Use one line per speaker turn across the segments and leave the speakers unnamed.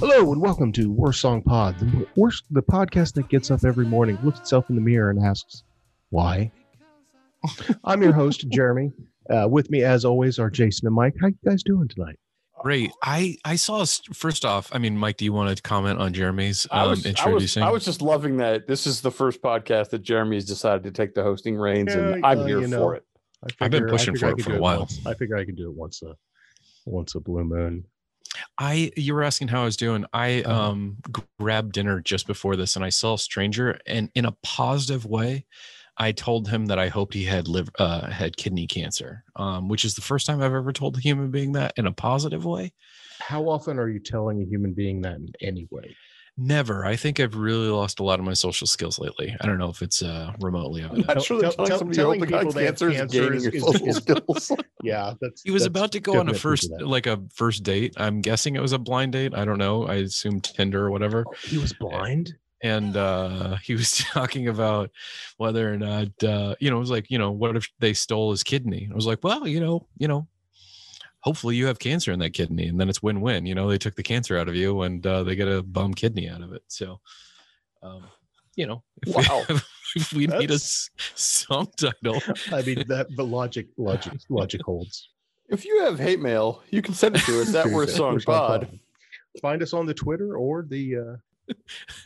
Hello and welcome to Worst Song Pod, the, worst, the podcast that gets up every morning, looks itself in the mirror, and asks, "Why?" I'm your host, Jeremy. Uh, with me, as always, are Jason and Mike. How you guys doing tonight?
Great. I I saw. a st- First off, I mean, Mike, do you want to comment on Jeremy's
I
um,
was, I was
introducing?
I was just loving that this is the first podcast that Jeremy has decided to take the hosting reins, and
Yeah,
I'm
well,
here
you
for
know.
it.
I
I've been
figure- I
pushing
figure I
for it
could
for
do
a while.
once. I figure I can do it once a once a blue moon.
I you were asking how I was doing. I
Uh-huh.
um g- grabbed dinner just before this, and I saw a stranger, and in a positive way, I told him that I hoped he had liver uh, had kidney cancer, um, which is the first time I've ever told a human being that in a positive way.
How often are you telling a human being that in any way?
Never. I think I've really lost a lot of my social skills lately. I don't know if it's uh, remotely evident.
Tell-
Not sure that
tell-
telling
tell-
somebody
telling
you hope the
people they have
cancer is
cancer
gaining
is-
your
is-
social
is-
skills.
Yeah, that's
He was
that's
about to go on a
definitely
first,
that.
like a first date. I'm guessing it was a blind date. I don't know. I assume Tinder or whatever.
He was blind.
And uh, he was talking about whether or not, uh, you know, it was like, you know, what if they stole his kidney? I was like, well, you know, you know, hopefully you have cancer in that kidney, and then it's win-win. You know, they took the cancer out of you, and uh, they get a bum kidney out of it. So, um, you know, if
Wow.
we, if we need a
That's-
s- song title,
I mean, that the logic, logic, logic holds.
If you have hate mail, you can send it to us at Worst Song
Worst Song
Pod.
Pod. Find us on the Twitter or the. uh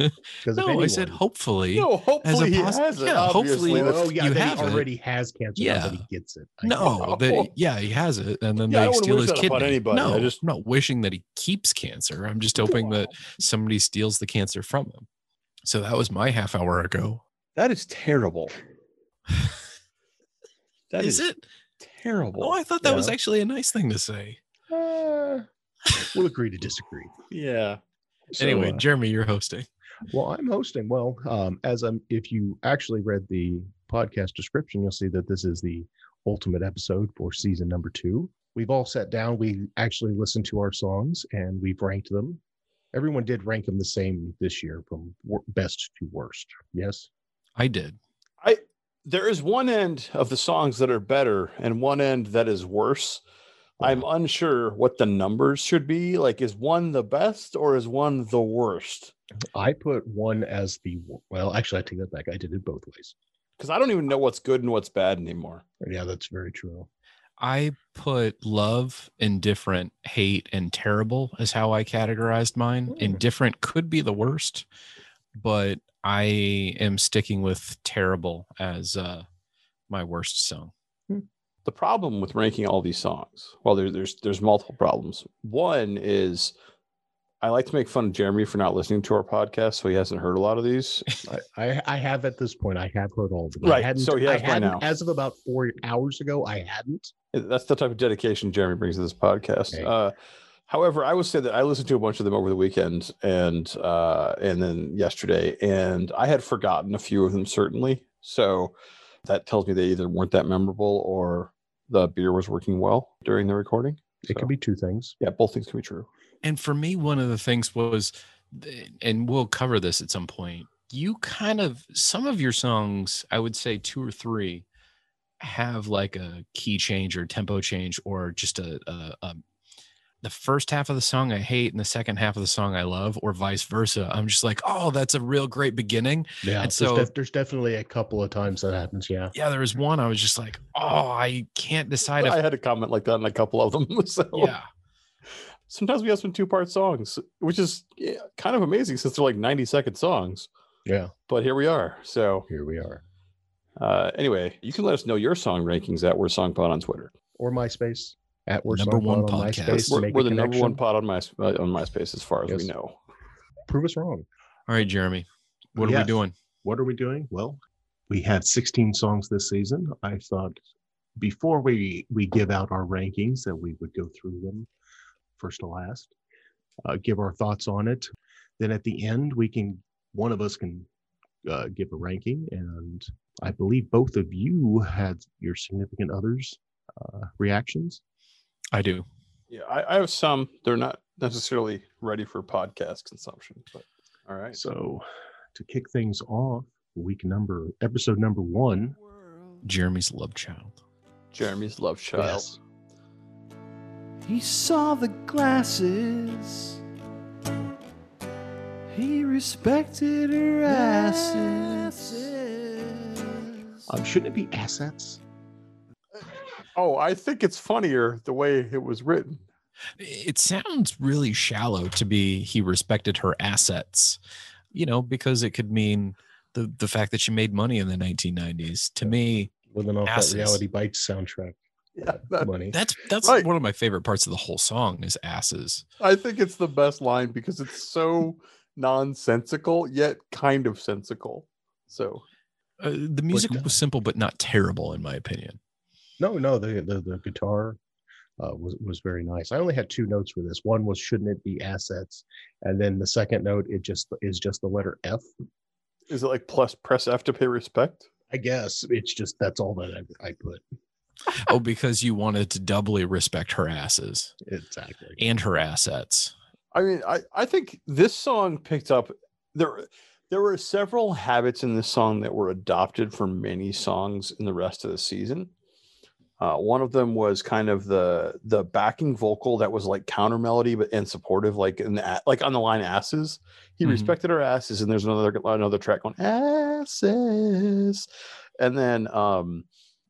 'cause if
no, I said
anyone-
hopefully.
No,
As a
hopefully he
poss-
has it.
yeah,
obviously.
hopefully-
That's-
Oh yeah,
you
that
have
he
it.
already has cancer. Yeah,
Yeah.
he gets it. I get
No,
know. Oh.
they, yeah, he has it, and then
Yeah, I
they
wouldn't
steal
wish
his
that
kidney.
upon anybody.
No,
I just-
I'm not wishing that he keeps cancer. I'm just hoping that somebody steals the cancer from him. So that was my half hour ago.
that is terrible. That
Is
is,
it?
terrible.
Oh, I thought that
Yeah.
was actually a nice thing to say.
Uh,
it. We'll agree to disagree.
yeah.
So,
anyway,
uh,
Jeremy, you're hosting.
well, I'm hosting. Well, um, as I'm, if you actually read the podcast description, you'll see that this is the ultimate episode for season number two. We've all sat down. We actually listened to our songs and we've ranked them. Everyone did rank them the same this year, from wor- best to worst. Yes.
I did.
there is one end of the songs that are better and one end that is worse. I'm unsure what the numbers should be. Like, is one the best or is one the worst?
I put one as the wo- well. Actually, I take that back. I did it both ways.
Because I don't even know what's good and what's bad anymore.
Yeah, that's very true.
I put love, indifferent, hate, and terrible as how I categorized mine.
Hmm.
Indifferent could be the worst, but I am sticking with terrible as uh, my worst song.
The problem with ranking all these songs, well, there, there's there's multiple problems. One is I like to make fun of Jeremy for not listening to our podcast, so he hasn't heard a lot of these.
I, I, I have at this point. I have heard all of them. I
Right,
hadn't,
so he
I
has by
hadn't
now.
as of about four hours ago. I hadn't.
That's the type of dedication Jeremy brings to this podcast.
Okay.
Uh, however, I would say that I listened to a bunch of them over the weekend and uh, and then yesterday, and I had forgotten a few of them certainly. So that tells me they either weren't that memorable or the beer was working well during the recording.
It
So,
could be two things.
yeah, both things can be true.
And for me, one of the things was, and we'll cover this at some point, you kind of, some of your songs, I would say two or three, have like a key change or tempo change or just a, a, a the first half of the song I hate and the second half of the song I love, or vice versa. I'm just like, oh, that's a real great beginning.
Yeah.
And
there's,
so-
def- there's definitely a couple of times that happens. Yeah.
Yeah, there was one I was just like, oh, I can't decide
I
if.
had a comment like that on a couple of them. So
Yeah,
sometimes we have some two part songs, which is yeah, kind of amazing since they're like 90 second songs.
Yeah.
But here we are. So
Here we are.
Uh, anyway, you can let us know your song rankings at We're Songpod on Twitter.
Or MySpace at worst
Number
Song
one
Pod on
podcast.
MySpace. to
We're,
make
we're
a
the number one
connection.
pod on my uh, on MySpace as far as
Yes.
we know.
Prove us wrong.
All right, Jeremy, what are we
Yes.
doing?
what are we doing? Well, we had 16 songs this season. I thought before we we give out our rankings that we would go through them first to last, uh, give our thoughts on it. Then at the end, we can one of us can uh, give a ranking, and I believe both of you had your significant others' uh, reactions.
I do.
Yeah, I, I have some. They're not necessarily ready for podcast consumption, but all right.
So to kick things off, week number episode number one.
Jeremy's love child.
Jeremy's love child.
Yes.
He saw the glasses He respected her assets.
Um, shouldn't it be assets?
Oh, I think it's funnier the way it was written.
It sounds really shallow to be he respected her assets, you know, because it could mean the, the fact that she made money in the 1990s. To me,
Living off
Asses.
that Reality Bites soundtrack uh,
Yeah, that-
money.
that's that's
Right.
one of my favorite parts of the whole song is asses.
I think it's the best line because it's so nonsensical yet kind of sensical. So
Uh, the music
done.
was simple but not terrible in my opinion.
No, no, the the, the guitar uh, was was very nice. I only had two notes for this. One was shouldn't it be assets, and then the second note it just is just the letter F.
is it like plus press F to pay respect?
I guess it's just that's all that I, I put.
oh, because you wanted to doubly respect her asses
Exactly.
and her assets.
I mean, I, I think this song picked up there there were several habits in this song that were adopted for many songs in the rest of the season. Uh, one of them was kind of the the backing vocal that was like counter melody but and supportive, like in the, a- like on the line asses. He
Mhm.
respected her asses, and there's another another track on asses, and then um,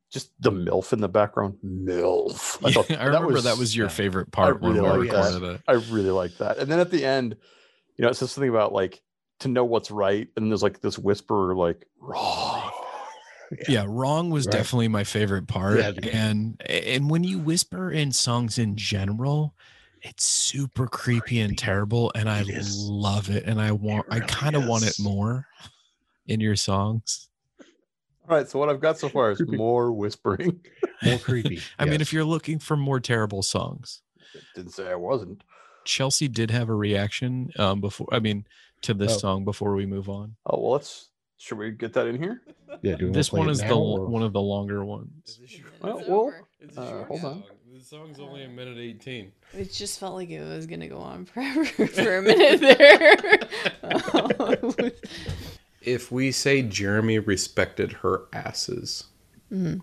just the milf in the background. Milf.
I,
thought
remember that was your
yeah.
favorite part when we
really
like that.
recorded it.
I really like that. And then at the end, you know, it says something about like to know what's right, and there's like this whisper like wrong.
yeah wrong was
Right.
definitely my favorite part
Yeah.
and and when you whisper in songs in general it's super creepy, and terrible and i
It is.
love it and i want i
really
kind of want it
is.
more in your songs
All right, so what I've got so far is
Creepy.
more whispering.
More creepy.
i mean
yes.
if you're looking for more terrible songs
Didn't say I wasn't.
chelsea did have a reaction um before i mean to this
Oh.
song before we move on
Oh well, let's should we get that in here?
yeah, do you wanna
this
play
one
it
is the
now,
l-
or-
one of the longer ones
Well, well,
It's,
uh, hold on.
the
song's only a
minute 18
It just felt like it was gonna go on forever for a minute there.
if we say Jeremy respected her asses,
Mhm.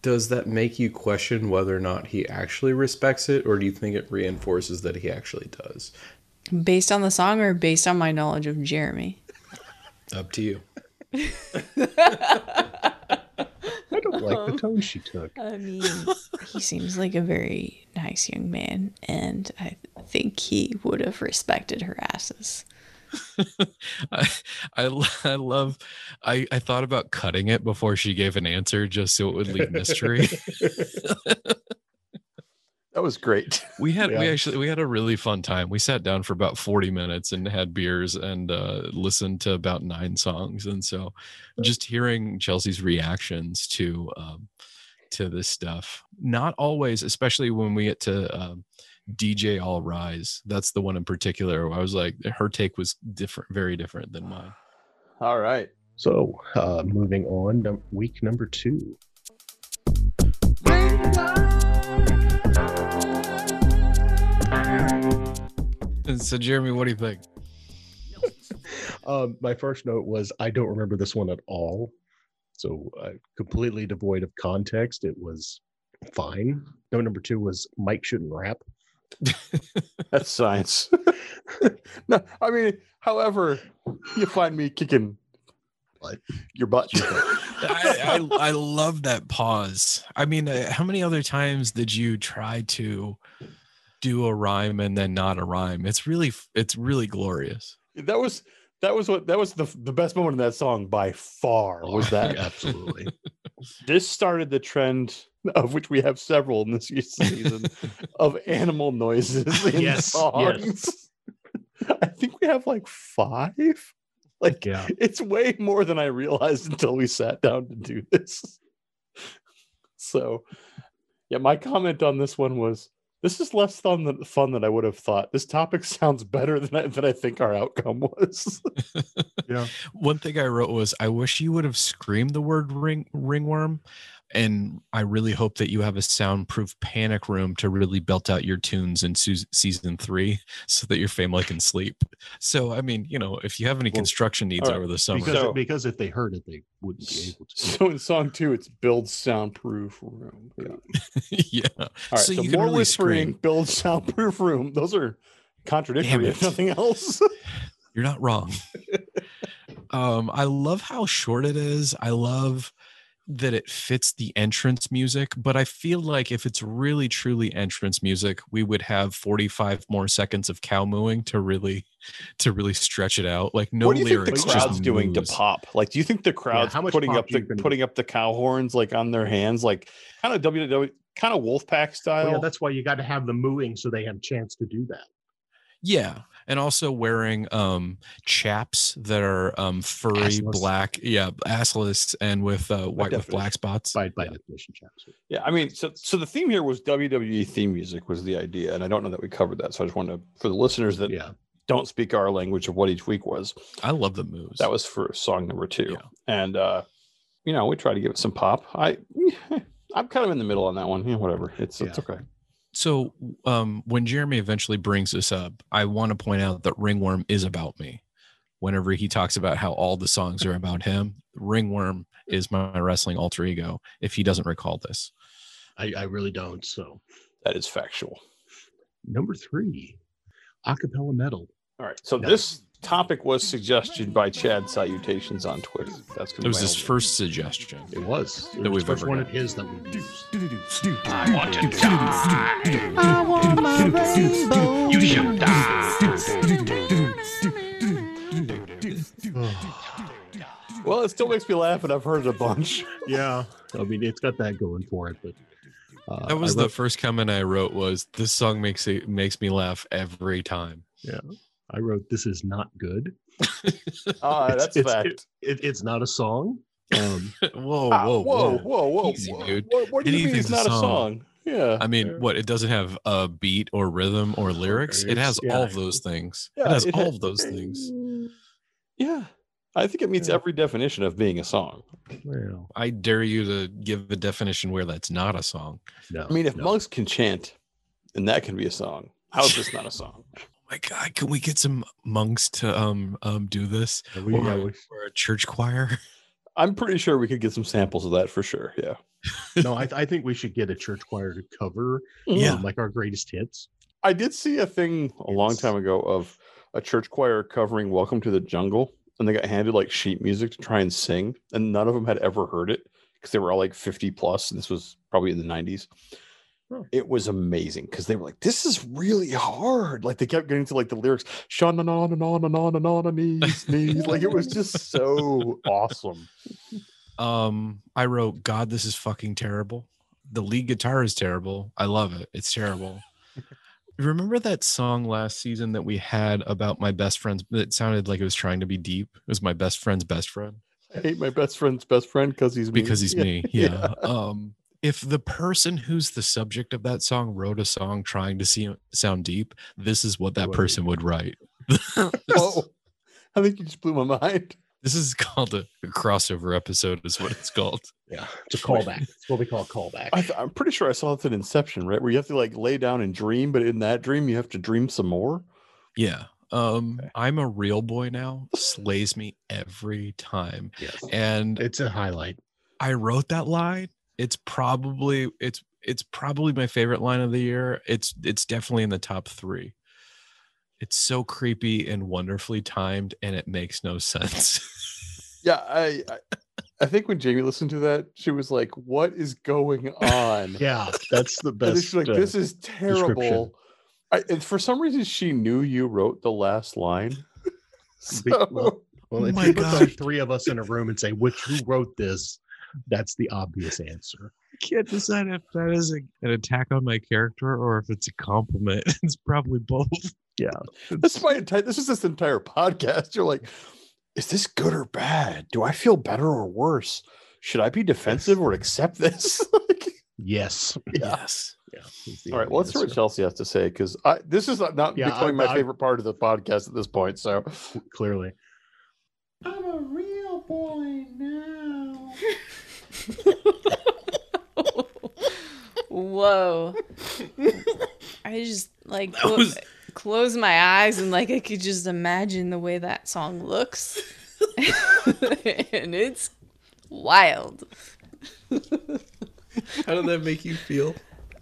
does that make you question whether or not he actually respects it, or do you think it reinforces that he actually does?
based on the song or based on my knowledge of Jeremy?
Up to you.
I don't like
Uh-huh.
the tone she took.
I mean, he seems like a very nice young man, and I think he would have respected her asses.
I, I, lo- I love I, I thought about cutting it before she gave an answer just so it would leave mystery
That was great.
we had we
Yeah.
actually we had a really fun time we sat down for about 40 minutes and had beers and uh, listened to about nine songs and so just hearing chelsea's reactions to um, to this stuff not always especially when we get to um, dj all rise that's the one in particular where i was like her take was different very different than mine
All right.
So, uh, moving on, num- week number two.
And so, Jeremy, what do you think?
Um, my first note was I don't remember this one at all. So, uh, completely devoid of context. It was fine. Note number two was Mike shouldn't rap.
That's science. no, I mean, however, you find me kicking
What?
your butt.
I, I, I love that pause. I mean, uh, how many other times did you try to do a rhyme and then not a rhyme? It's really, it's really glorious.
that was that was what that was the the best moment in that song by far
Oh,
was that
Absolutely.
this started the trend of which we have several in this season of animal noises in
Yes,
songs. I think we have like five. Like
yeah.
it's way more than I realized until we sat down to do this. So, yeah, my comment on this one was this is less fun than fun than I would have thought. This topic sounds better than I, than I think our outcome was.
One thing I wrote was, I wish you would have screamed the word ring ringworm, and I really hope that you have a soundproof panic room to really belt out your tunes in su- season three, so that your family can sleep. So, I mean, you know, if you have any
Well,
construction needs
all right,
over the summer,
Because,
So-
because if they heard it, they wouldn't be able to.
So in song two, it's build soundproof room. All
yeah.
right,
So
so,
you can
more
really
whispering,
scream.
build soundproof room. Those are contradictory,
Damn
if
it.
nothing else.
You're not wrong. um, I love how short it is. I love that it fits the entrance music, but I feel like if it's really truly entrance music, we would have 45 more seconds of cow mooing to really to really stretch it out. Like no
what do you
lyrics.
think the
just
crowd's doing
moves.
to pop? Like, do you think the crowd's
how much
putting
pop
up
do you
the
think-
putting up the cow horns like on their hands, like kind of WW, kind of Wolfpack style?
Well, yeah, that's why you got to have them mooing so they have a chance to do that.
Yeah. And also wearing um chaps that are um furry,
Assless.
black, yeah, assless and with uh, white with black spots.
By, by definition, chaps.
Yeah, I mean, so so the theme here was WWE theme music was the idea, and I don't know that we covered that. So I just wanted to, for the listeners that
Yeah.
don't speak our language of what each week was,
I love the moves.
that was for song number two,
Yeah.
and uh, you know, we try to give it some pop. I I'm kind of in the middle on that one. Yeah, whatever. It's it's okay.
so um when jeremy eventually brings this up i want to point out that ringworm is about me whenever he talks about how all the songs are about him ringworm is my wrestling alter ego if he doesn't recall this
I, I really don't. So
That is factual.
number three, acapella metal.
All right. So
Yeah.
this topic was suggested by Chad Salutations on Twitter. That's gonna
it was
be my
his
only-
first suggestion
It was. It
That
was
we've
the first
ever
one of
got.
his that we used.
I want to die. I want my rainbow. You should die.
Well, it still makes me laugh, and I've heard it a bunch.
Yeah. I mean, it's got that going for it, but uh,
that was
I
the first comment i wrote was this song makes it makes me laugh every time
I wrote this is not good.
Ah,
It's-
that's
it's-
fact.
It, it's not a song. Um,
whoa
Ah,
whoa whoa,
whoa, whoa,
Easy,
whoa.
dude.
What, what do you mean
Anything's
it's
a
not a song?
song.
Yeah.
I mean, what it doesn't have a beat or rhythm or lyrics. It has
Yeah.
all of those things.
Yeah,
it has
it ha-
all of those things.
Yeah. I think it meets
Yeah.
every definition of being a song.
well,
I dare you to give a definition where that's not a song.
no.
I mean, if
no.
monks can chant, then that can be a song. How is this not a song?
Oh my God, can we get some monks to um um do this
we,
or,
yeah, we-
or a church choir?
I'm pretty sure we could get some samples of that for sure. Yeah.
no, I, I think we should get a church choir to cover
Yeah.
um, like our greatest hits.
I did see a thing a long
Yes.
time ago of a church choir covering Welcome to the Jungle, and they got handed like sheet music to try and sing, and none of them had ever heard it because they were all like 50 plus, and this was probably in the 90s. It was amazing because they were like, "This is really hard." Like they kept getting to like the lyrics, "Sha na na na na na na na na na knees knees," like it was just so awesome.
Um, I wrote, God, this is fucking terrible. The lead guitar is terrible. I love it. It's terrible. Remember that song last season that we had about my best friend's that sounded like it was trying to be deep? It was my best friend's best friend.
I hate my best friend's best friend because he's mean.
because he's
Yeah.
me. Yeah. Um, if the person who's the subject of that song wrote a song trying to see, sound deep, this is what that
What it-
person would write.
Whoa. I think you just blew my mind.
This is called a, a crossover episode, is what it's called.
Yeah. It's a callback. it's what we call a callback.
I th- I'm pretty sure I saw this in Inception, right? Where you have to like lay down and dream, but in that dream you have to dream some more.
Yeah. Um, I'm a real boy now, slays me every time.
yes.
And
It's a highlight.
I wrote that line. It's probably it's it's probably my favorite line of the year. It's it's definitely in the top three. It's so creepy and wonderfully timed, and it makes no sense.
Yeah, I, I, I think when Jamie listened to that, she was like, "What is going on?"
Yeah. That's the
and
best.
then she's like,
uh,
"This is terrible." I, and for some reason, she knew you wrote the last line.
Be-
So,
well, well,
Oh
if
my
you put the
God.
three of us in a room and say, which who wrote this? That's the obvious answer.
I can't decide if that is an attack on my character or if it's a compliment. It's probably both.
this is my entire. This is this entire podcast. You're like, "Is this good or bad? Do I feel better or worse? Should I be defensive or accept this?" like,
Yes.
Yes.
Yeah. is the
All right, well, let's hear what
answer.
Chelsea has to say because I this is not, not
Yeah,
becoming
I-
my
I-
favorite part of the podcast at this point. So
Clearly.
I'm a real boy now.
Whoa. I just like
That
clo-
was-
close my eyes and like I could just imagine the way that song looks. and it's wild.
How did that make you feel?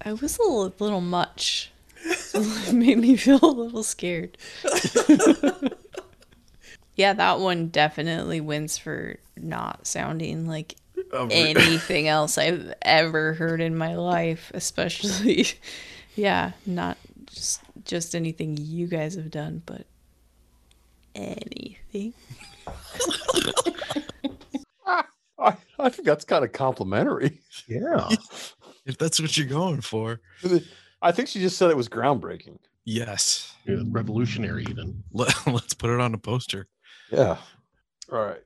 I was a little, little much. it made me feel a little scared. Yeah, that one definitely wins for not sounding like
Of-
anything else I've ever heard in my life, especially yeah, not just just anything you guys have done, but anything.
I, I think that's kind of complimentary.
Yeah.
If that's what you're going for.
I think she just said it was groundbreaking.
Yes.
Yeah, Uh, Revolutionary, even.
Let, let's put it on a poster.
Yeah. All right.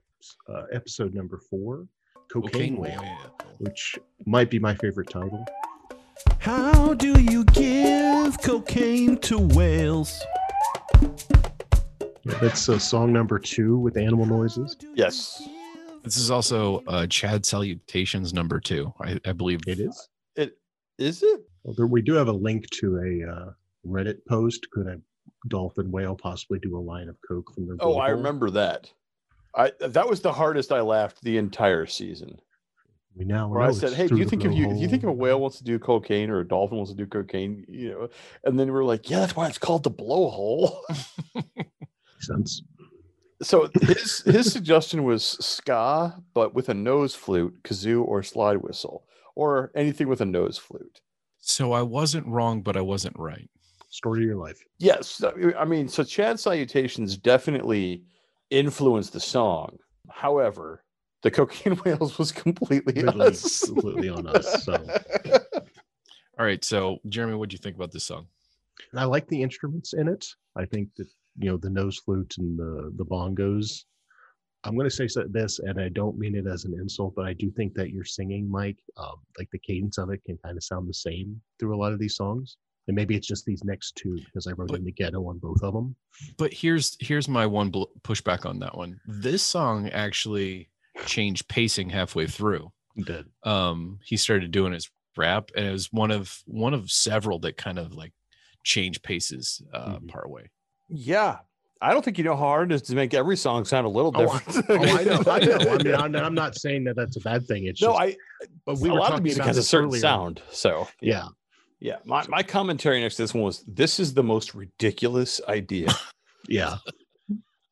Uh, episode number four Cocaine,
Cocaine
Whale,
whale.
which might be my favorite title.
How do you give cocaine to whales?
That's uh, song number two with animal noises.
Yes.
This is also uh, Chad Salutations number two, I, I believe.
It is.
It is it?
Well, there, we do have a link to a uh, Reddit post. Could a dolphin whale possibly do a line of coke from their?
Oh, I
blowhole?
remember that. I that was the hardest I laughed the entire season.
We now
Where
know
I said,
it's
"Hey, do
through
you
the
think if you do you think if a
blowhole."
whale wants to do cocaine or a dolphin wants to do cocaine, you know?" And then we were like, "Yeah, that's why it's called the blowhole."
Makes sense?
so his his suggestion was ska, but with a nose flute, kazoo, or slide whistle, or anything with a nose flute.
So I wasn't wrong, but I wasn't right.
Story of your life.
Yes, I mean, so Chad Salutations definitely influenced the song. However, the Cocaine Whales was completely
Literally
us.
completely on us. So, and
All right. So, Jeremy, what do you think about this song?
I like the instruments in it. I think that you know the nose flute and the the bongos. I'm going to say so- this, and I don't mean it as an insult, but I do think that your singing, Mike, um, like the cadence of it, can kind of sound the same through a lot of these songs. And maybe it's just these next two because I wrote
But-
in the ghetto on both of them.
But here's here's my one bl- pushback on that one. This song actually changed pacing halfway through.
Did
um he started doing his rap and it was one of one of several that kind of like changed paces uh
Mhm.
part way
yeah. I don't think you know how hard it is to make every song sound a little
Oh, I-
different.
Oh, I know, I know. I mean, I'm, I'm not saying that that's a bad thing. It's
no,
just,
I
but
a lot of the music has a
this
certain
earlier.
sound. So
Yeah,
yeah. My my commentary next to this one was this is the most ridiculous idea.
yeah,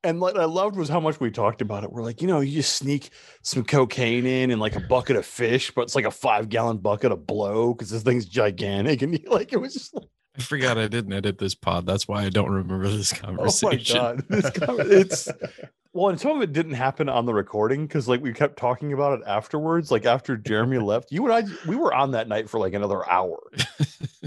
And what I loved was how much we talked about it. We're like, you know, you just sneak some cocaine in and like a bucket of fish, but it's like a five gallon bucket of blow because this thing's gigantic. And you like, it was just like,
i forgot i didn't edit this pod that's why i don't remember this
oh my
conversation
God. This com- it's, well, and some of it didn't happen on the recording because like we kept talking about it afterwards. Like after Jeremy left, you and I, we were on that night for like another hour.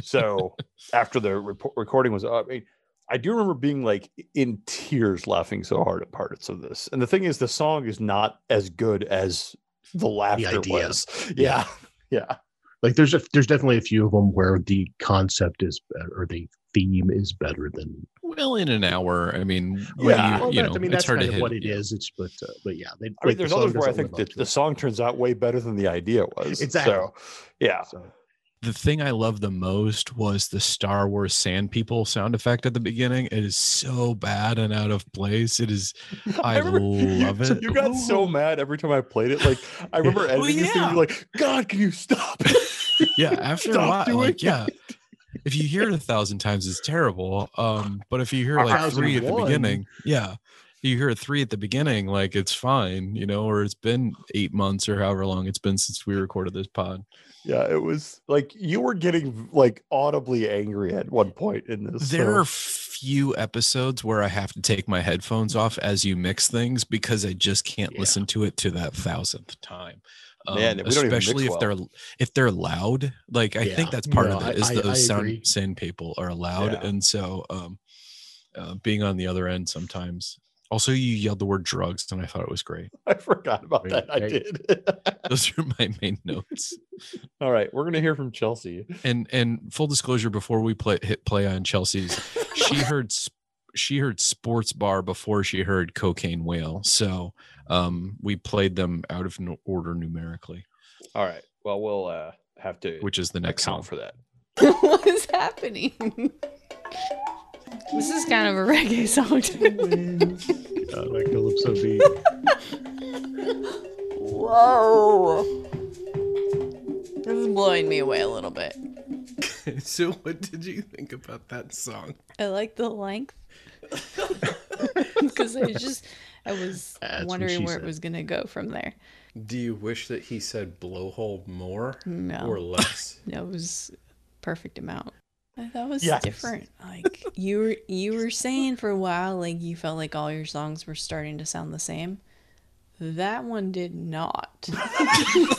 So after the repo- recording was up, I mean, I do remember being like in tears laughing so hard at parts of this. And the thing is, the song is not as good as the laughter
idea.
was. Yeah. Yeah.
like there's a, there's definitely a few of them where the concept is better, or the theme is better than.
well in an hour i mean
Well,
yeah
you-
Well,
you
that-
know
I mean that's
it's hard
kind
to
of
hit
what it
yeah.
is. It's but uh, but yeah, they,
I mean, there's others where I think that the song turns out way better than the idea was.
Exactly.
So, yeah.
the thing i love the most was the star wars sand people sound effect at the beginning it is so bad and out of place it is I
you-
love
you,
it.
got so mad every time I played it. Like I remember editing this thing,
yeah.
you're like, God, can you stop it?
yeah after a
Stop
while
doing
like yeah if you hear it a thousand times it's terrible um but if you hear like three at the
1001.
beginning yeah you hear three at the beginning like it's fine you know or it's been eight months or however long it's been since we recorded this pod
Yeah, it was like you were getting like audibly angry at one point in this.
there
so-
are few episodes where i have to take my headphones off as you mix things because i just can't
Yeah.
listen to it to that thousandth time Um,
Man, we don't even
especially
mix
if they're if they're loud like i
Yeah.
think that's part
No,
of it
I-
is
I- I
those
agree.
sound sand people are loud
Yeah.
and so um uh, being on the other end sometimes also you yelled the word drugs and i thought it was great
I forgot about
Wait,
that. I
hey.
did.
those are my main notes
All right, we're gonna hear from Chelsea.
and and full disclosure before we play hit play on chelsea's she heard sp- she heard sports bar before she heard cocaine whale so um we played them out of n- order numerically
All right. Well, we'll uh, have to
which is the next song
account for that.
what is happening? this is kind of a reggae song.
uh, like Calypso beat.
Whoa. This is blowing me away a little bit.
so, what did you think about that song?
I like the length. Because I just I was
That's what
wondering
she
where
said.
it was gonna go from there.
Do you wish that he said blowhole more
No.
or less?
That was perfect amount. I- That was
Yes.
different. Like you were you were saying for a while, like you felt like all your songs were starting to sound the same. That one did not.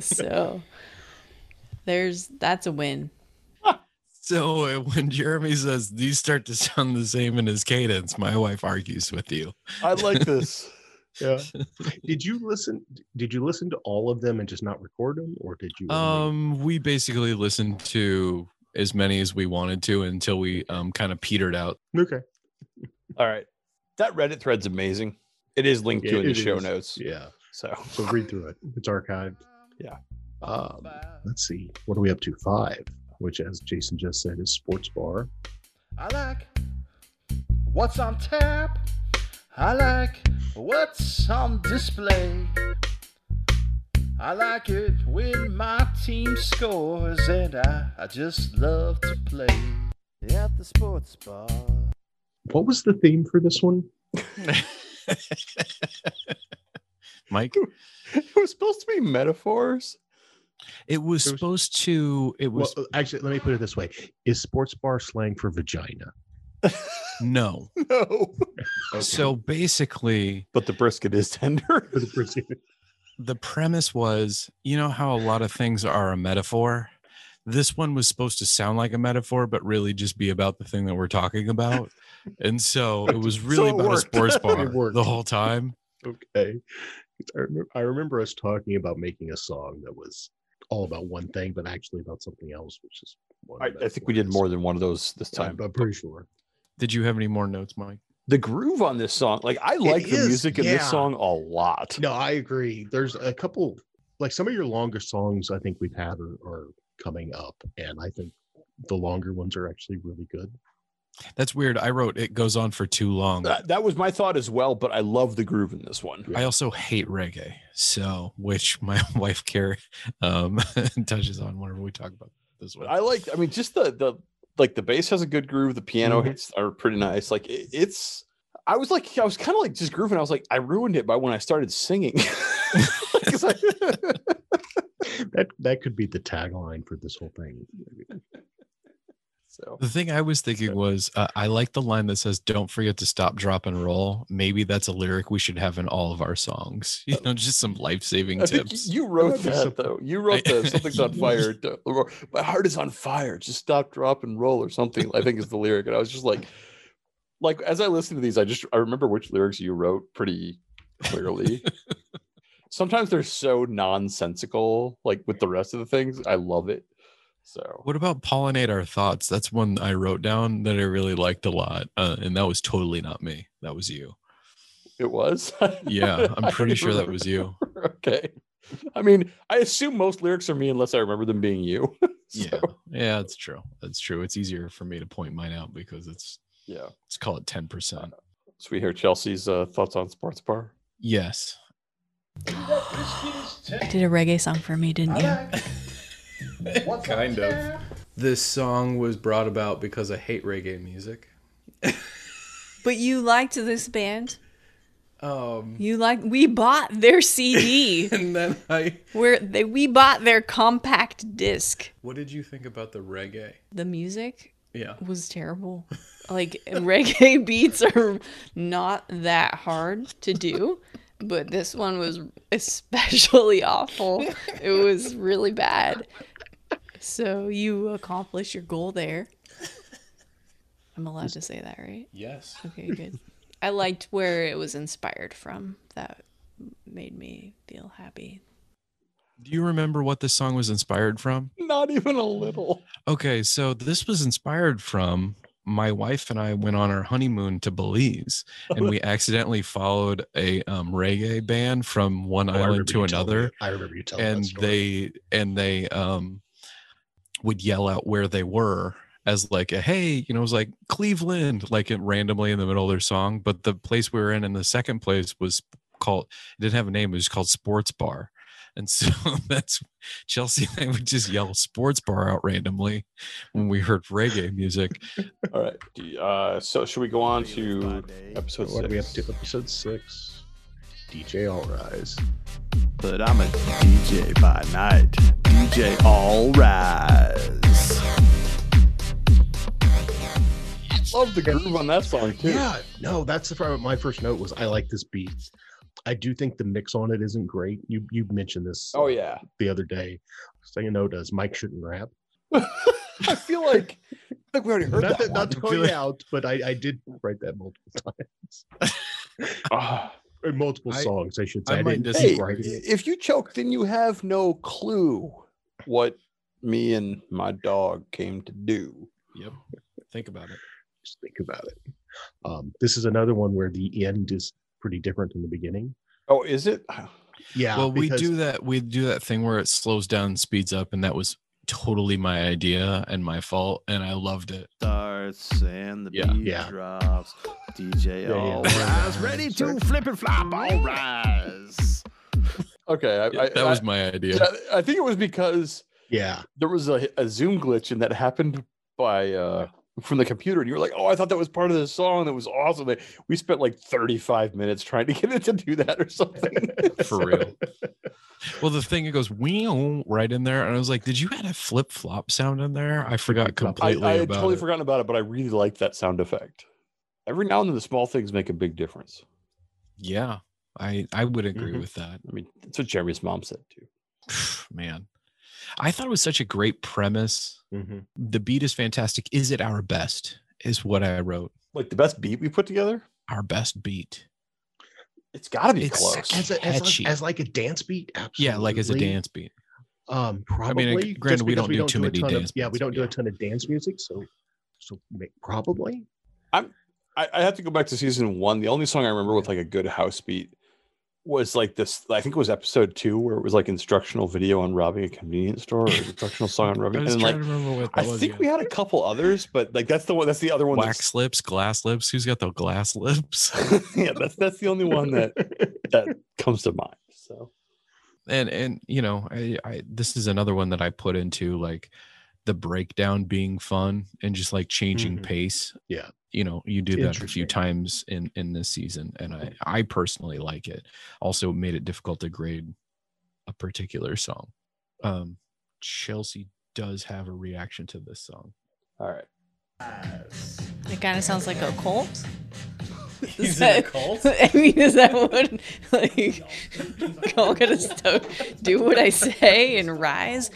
so there's that's a win.
So uh, when Jeremy says these start to sound the same in his cadence, my wife argues with you.
I like this.
Yeah. did you listen? Did you listen to all of them and just not record them, or did you? only-
Um, we basically listened to as many as we wanted to until we um kind of petered out.
okay.
All right. That Reddit thread's amazing. It is linked to
Yeah,
in the
it
show
is.
notes.
Yeah.
So
So read through it. It's archived.
Yeah.
Um, let's see. What are we up to? Five, which, as Jason just said, is sports bar.
I like what's on tap. I like what's on display. I like it when my team scores, and I, I just love to play at the sports bar.
What was the theme for this one?
Mike,
it was supposed to be metaphors.
it was
There was-
supposed to. It was
well, actually, let me put it this way: is sports bar slang for vagina?
no.
No.
So basically,
But the brisket is tender.
For the brisket.
the premise was you know how a lot of things are a metaphor this one was supposed to sound like a metaphor but really just be about the thing that we're talking about and so it was really
it
about a
worked.
sports bar
worked.
the whole time
okay. It's- I remember, I remember us talking about making a song that was all about one thing, but actually about something else, which is. One
I,
of
I
those
think we did
ones.
more than one of those this
I'm-
time.
I'm pretty sure.
did you have any more notes mike
The groove on this song, like I like the
is,
music in
yeah.
this song a lot.
No, I agree. There's a couple, like some of your longer songs I think we've had are, are coming up, and I think the longer ones are actually really good.
that's weird i wrote it goes on for too long
That, that was my thought as well, but I love the groove in this one.
i also hate reggae so which my wife care um touches on whenever we talk about this one
I like. I mean, just the the like the bass has a good groove. The piano
Mhm.
hits are pretty nice. Like it, it's. I was like, I was kind of like just grooving. I was like, I ruined it by when I started singing. 'Cause I-
That that could be the tagline for this whole thing.
so
The thing I was thinking was, uh, I like the line that says, "Don't forget to stop, drop, and roll." Maybe that's a lyric we should have in all of our songs. You know, just some life-saving
I think
tips.
Uh, you wrote
might be
that
something.
though. You wrote
I-
the something's on fire. don't- or, My heart is on fire. Just stop, drop, and roll, or something. I think is the lyric. And I was just like, like as I listened to these, I just I remember which lyrics you wrote pretty clearly. Sometimes they're so nonsensical, like with the rest of the things. I love it. So
what about pollinate our thoughts? That's one I wrote down that I really liked a lot, uh, and that was totally not me. That was you.
it was.
Yeah,
I
I'm pretty sure that
remember.
was you.
okay. I mean, I assume most lyrics are me unless I remember them being you.
Yeah, yeah, that's true. That's true. It's easier for me to point mine out because it's
yeah.
let's call it ten percent.
So we hear Chelsea's uh, thoughts on sports bar.
Yes,
You did a reggae song for me, didn't you?
kind of. This song was brought about because I hate reggae music.
But you liked this band.
Um,
You like we bought their CD.
and then I.
where they we bought their compact disc.
What did you think about the reggae?
The music
Yeah.
was terrible. Like reggae beats are not that hard to do, but this one was especially awful. It was really bad. So you accomplished your goal there. I'm allowed to say that, right?
Yes.
Okay, good. I liked where it was inspired from. That made me feel happy.
do you remember what this song was inspired from?
Not even a little.
Okay, so this was inspired from my wife and I went on our honeymoon to Belize, and we accidentally followed a um, reggae band from one
Oh, I
island
remember
to
you telling me-
another,
I remember you telling
and
that story.
they and they um, would yell out where they were as like a hey, you know, it was like Cleveland, like it randomly in the middle of their song. But the place we were in in the second place was called it didn't have a name; it was called Sports Bar. And so that's Chelsea and I would just yell sports bar out randomly when we heard reggae music.
All right. Do you- Uh, so should we go on to
So
episode
what
six?
are we up to? Episode six. DJ All Rise.
But I'm a DJ by night. DJ All Rise.
Love the groove on that song too.
Yeah, no, that's the problem. My first note was I like this beat. I do think the mix on it isn't great. You you mentioned this
Oh yeah.
the other day. Second note is Mike shouldn't rap.
I feel like like we already heard
Not,
that.
that, not to
one.
call you out, but I, I did write that multiple times.
Ah.
Or multiple
I-
songs, I should
I
say. I,
might
didn't
disagree.
hey,
keep writing it.
if you choke, then you have no clue what me and my dog came to do.
Yep. Think about it.
Just think about it. Um, this is another one where the end is pretty different than the beginning.
Oh, is it?
Yeah.
well, we
because-
do that. We do that thing where it slows down and speeds up, and that was totally my idea and my fault, and I loved it.
Starts and the
Yeah.
beat
Yeah.
drops. DJ
Yeah, yeah.
All Rise. Ready to flip and flop. All
oh.
Rise.
Okay, I,
Yeah,
I,
that was my
I,
idea.
I think it was because
Yeah.
there was a, a Zoom glitch and that happened by uh from the computer, and you were like, "Oh, I thought that was part of the song. That was awesome." Like, We spent like 35 minutes trying to get it to do that or something.
For real. Well, the thing it goes wheel right in there, and I was like, "Did you add a flip flop sound in there?" I forgot
Flip-flop.
I,
completely
I had
about
totally
it.
forgotten about it, but I really liked that sound effect. Every now and then, the small things make a big difference.
Yeah, I I would agree
Mhm.
with that.
I mean, that's what Jeremy's mom said too.
Man, I thought it was such a great premise.
Mm-hmm.
The beat is fantastic. Is it our best? Is what I wrote.
Like the best beat we put together.
Our best beat.
It's got to be
It's-
close.
As, a, as,
Catchy.
like, as like a dance beat? Absolutely.
Yeah, like as a dance beat.
Um,
I mean,
probably.
ag- granted,
just
we
because
don't do too
a
many
ton of-
dance
yeah, we
beats,
don't
but
do a
yeah.
ton of dance music, so so ma- probably.
I, I have to go back to season one. The only song I remember with like a good house beat was like this. I think it was episode two where it was like instructional video on robbing a convenience store or instructional song on
I
robbing.
was
And
trying
like,
to remember what
I
that was.
think
yeah.
we had a couple others, but like that's the one. That's the other one.
wax lips, glass lips. Who's got the glass lips?
That's, yeah, that's that's the only one that that comes to mind. So
and and you know I, I this is another one that i put into like the breakdown being fun and just like changing
Mhm.
pace
Yeah.
you know you do that a few
Interesting. Mm.
times in in this season and i i personally like it also made it difficult to grade a particular song um chelsea does have a reaction to this song
all right.
It kind of sounds like a cult.
Is
that-
it a cult?
I mean, is that what like all gonna sto- do what I say and rise?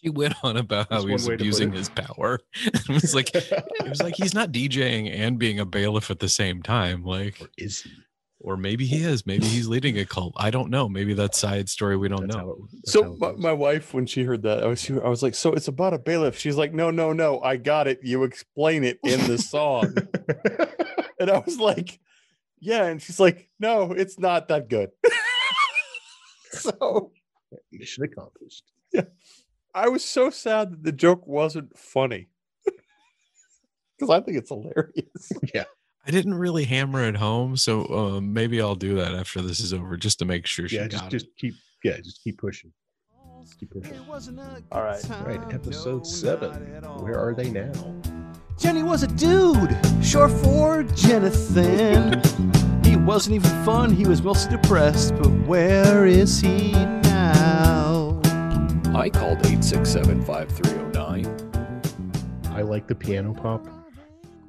he went on about how
That's
he
one
was
way to put
abusing
it.
his power it was like it was like he's not djing and being a bailiff at the same time like
Or is he?
or maybe he is maybe he's leading a cult i don't know maybe that's side story we don't
That's
know
how it, that's how
So
it
my,
goes.
my wife, when she heard that, I was she, I was like, so it's about a bailiff. She's like, no, no, no, I got it. You explain it in the song, and I was like, yeah. And she's like, no, it's not that good. so
mission accomplished.
I was so sad that the joke wasn't funny because I think it's hilarious.
i didn't really hammer it home so uh, maybe i'll do that after this is over just to make sure she
Yeah, just
got
just
it
keep yeah, just keep pushing. Just keep pushing.
All right.
Right, episode seven. Where are they now?
Jenny was a dude, short for Jonathan. he wasn't even fun, he was mostly depressed, but where is he now?
I called 867 5309.
I like the piano pop.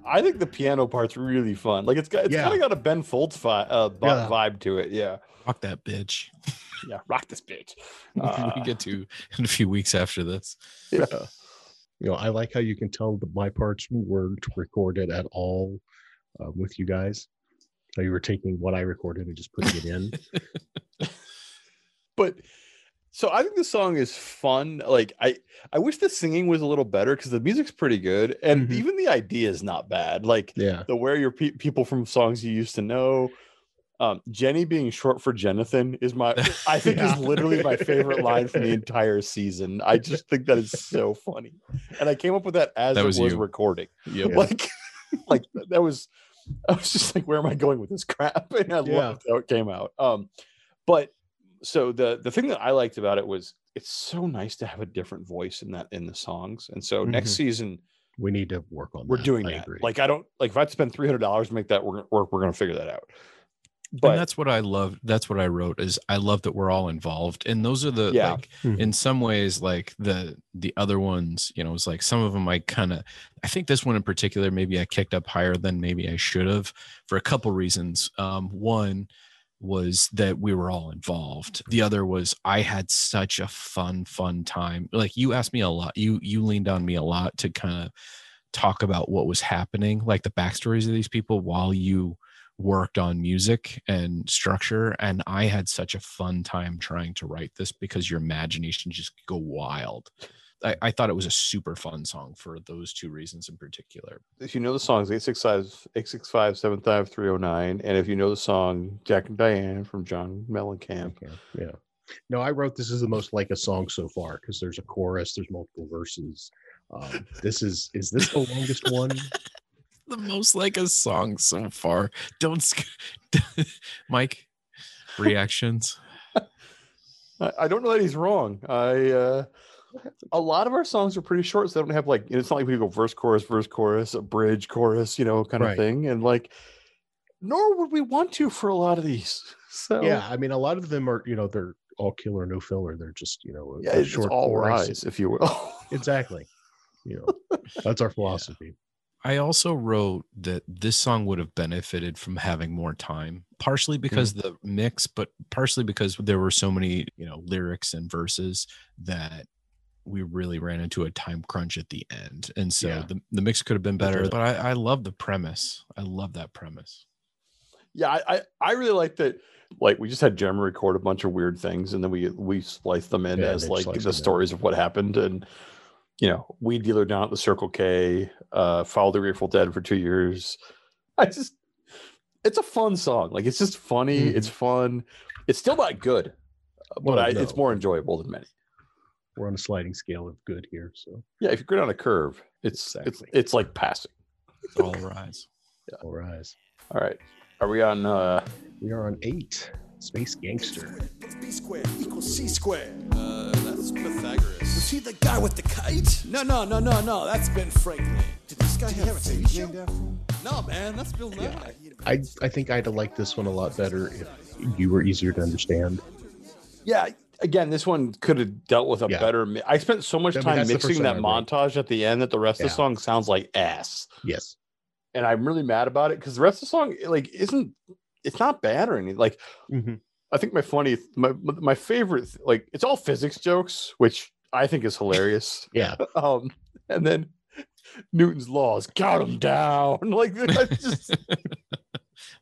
I think the piano part's really fun. Like it's got it's
Yeah.
kind of got a Ben Folds fi- uh, bo-
Yeah.
vibe to it. Yeah.
rock that bitch
Yeah, rock this bitch.
we
Uh,
get to in a few weeks after this
yeah.
You know, I like how you can tell that my parts weren't recorded at all uh, with you guys. So you were taking what I recorded and just putting it in.
But so I think the song is fun. Like I, I wish the singing was a little better because the music's pretty good, and
Mhm.
even the idea is not bad. Like
yeah.
the where your pe- people from songs you used to know. Um, Jenny being short for Jonathan is my, I think,
Yeah.
is literally my favorite line from the entire season. I just think that is so funny, and I came up with that as
That
it
was
was
you.
recording.
yep.
like like that was i was just like where am i going with this crap and i
Yeah.
loved how it came out um but so the the thing that I liked about it was it's so nice to have a different voice in that in the songs. And so next
Mm-hmm.
Mhm.
season
We need to work on.
we're
that.
doing
I
that.
agree.
Like I don't like if I had to spend three hundred dollars to make that work, work, we're gonna figure that out. But
and that's what I love. That's what I wrote is I love that we're all involved. And those are the
Yeah.
like
Mhm.
in some ways like the the other ones, you know, it's like some of them I kind of I think this one in particular maybe I kicked up higher than maybe I should have for a couple reasons. Um one was that we were all involved. The other was I had such a fun fun time. Like you asked me a lot. You you leaned on me a lot to kind of talk about what was happening, like the backstories of these people while you worked on music and structure and i had such a fun time trying to write this because your imagination just go wild i, I thought it was a super fun song for those two reasons in particular
if you know the songs 865 865 75 309 and if you know the song Jack and Diane from John Mellencamp,
Okay. Yeah. No, I wrote this is the most like a song so far because there's a chorus, there's multiple verses. Um, this is is this the longest one?
the most like a song so far don't sc- mike reactions
I, I don't know that he's wrong. I uh, a lot of our songs are pretty short, so they don't have like it's not like we go verse chorus verse chorus a bridge chorus you know kind of
Right.
thing, and like nor would we want to for a lot of these. So
Yeah, I mean a lot of them are you know they're all killer no filler. They're just you know a-
yeah,
a
it's
short
all
chorus.
rise, if you will.
Exactly. You know that's our philosophy.
I also wrote that this song would have benefited from having more time, partially because the mix, but partially because there were so many, you know, lyrics and verses that we really ran into a time crunch at the end. And so
Yeah.
the, the mix could have been better.
did.
But I, I love the premise. I love that premise.
yeah, I, I I really like that. Like we just had Jeremy record a bunch of weird things, and then we we spliced them in
Yeah,
as
they
like
sliced
the
them in.
stories of what happened, and you know, weed dealer down at the Circle K, uh, followed the Grateful Dead for two years. I just, it's a fun song. Like it's just funny. It's fun. It's still not good, but
Mm-hmm. Well,
I, it's
no.
more enjoyable than many.
We're on a sliding scale of good here. So
Yeah, if you go down a curve, it's
Exactly.
it's it's like passing.
All rise.
all rise.
All right, are we on? uh
We are on eight. Space gangster.
B squared equals C squared.
Uh, that's Pythagoras.
Was he the guy with the kite?
No, no, no, no, no. That's Ben Franklin.
Did this guy have a TV show?
No, man, that's Bill Nye.
I I think I'd like this one a lot better if you were easier to understand.
Yeah, again, this one could have dealt with a
Yeah.
better. Mi- I spent so much
I mean,
time
that's the first
mixing
time
that
I wrote.
montage at the end that the rest of
Yeah.
the song sounds like ass,
Yes.
and I'm really mad about it because the rest of the song like isn't. It's not bad or anything. Like
Mhm.
I think my funny, my my favorite, th- like it's all physics jokes, which I think is hilarious.
Yeah.
um, and then Newton's laws, count them down. Like that's just
that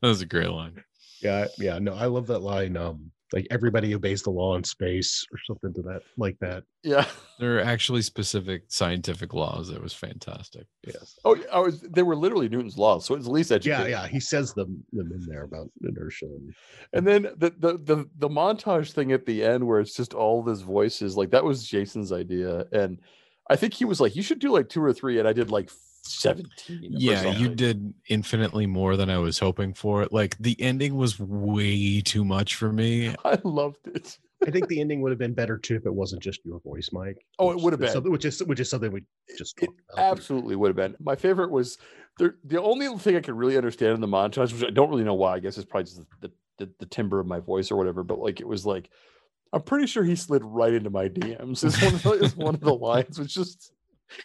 was a great line.
Yeah, yeah, no, I love that line. Um, like everybody obeys the law in space or something to that, like that.
yeah.
There are actually specific scientific laws. It was fantastic.
Yes.
Oh, I was. They were literally Newton's laws, so it's at least educated.
Yeah, yeah. He says them them in there about inertia. And,
And then the, the the the montage thing at the end where it's just all of his voices, like that was Jason's idea. And I think he was like, you should do like two or three, and I did like 17. or
yeah you
something.
did infinitely more than i was hoping for like the ending was way too much for me
I loved it.
I think the ending would have been better too if it wasn't just your voice, Mike.
Oh, it
which
would have
is
been.
something- which is which is something we just
It
talked about.
absolutely would have been. My favorite was the the only thing I could really understand in the montage, which I don't really know why. I guess it's probably just the the, the timbre of my voice or whatever. But like it was like, I'm pretty sure he slid right into my DMs. Is one of the, is one of the lines which just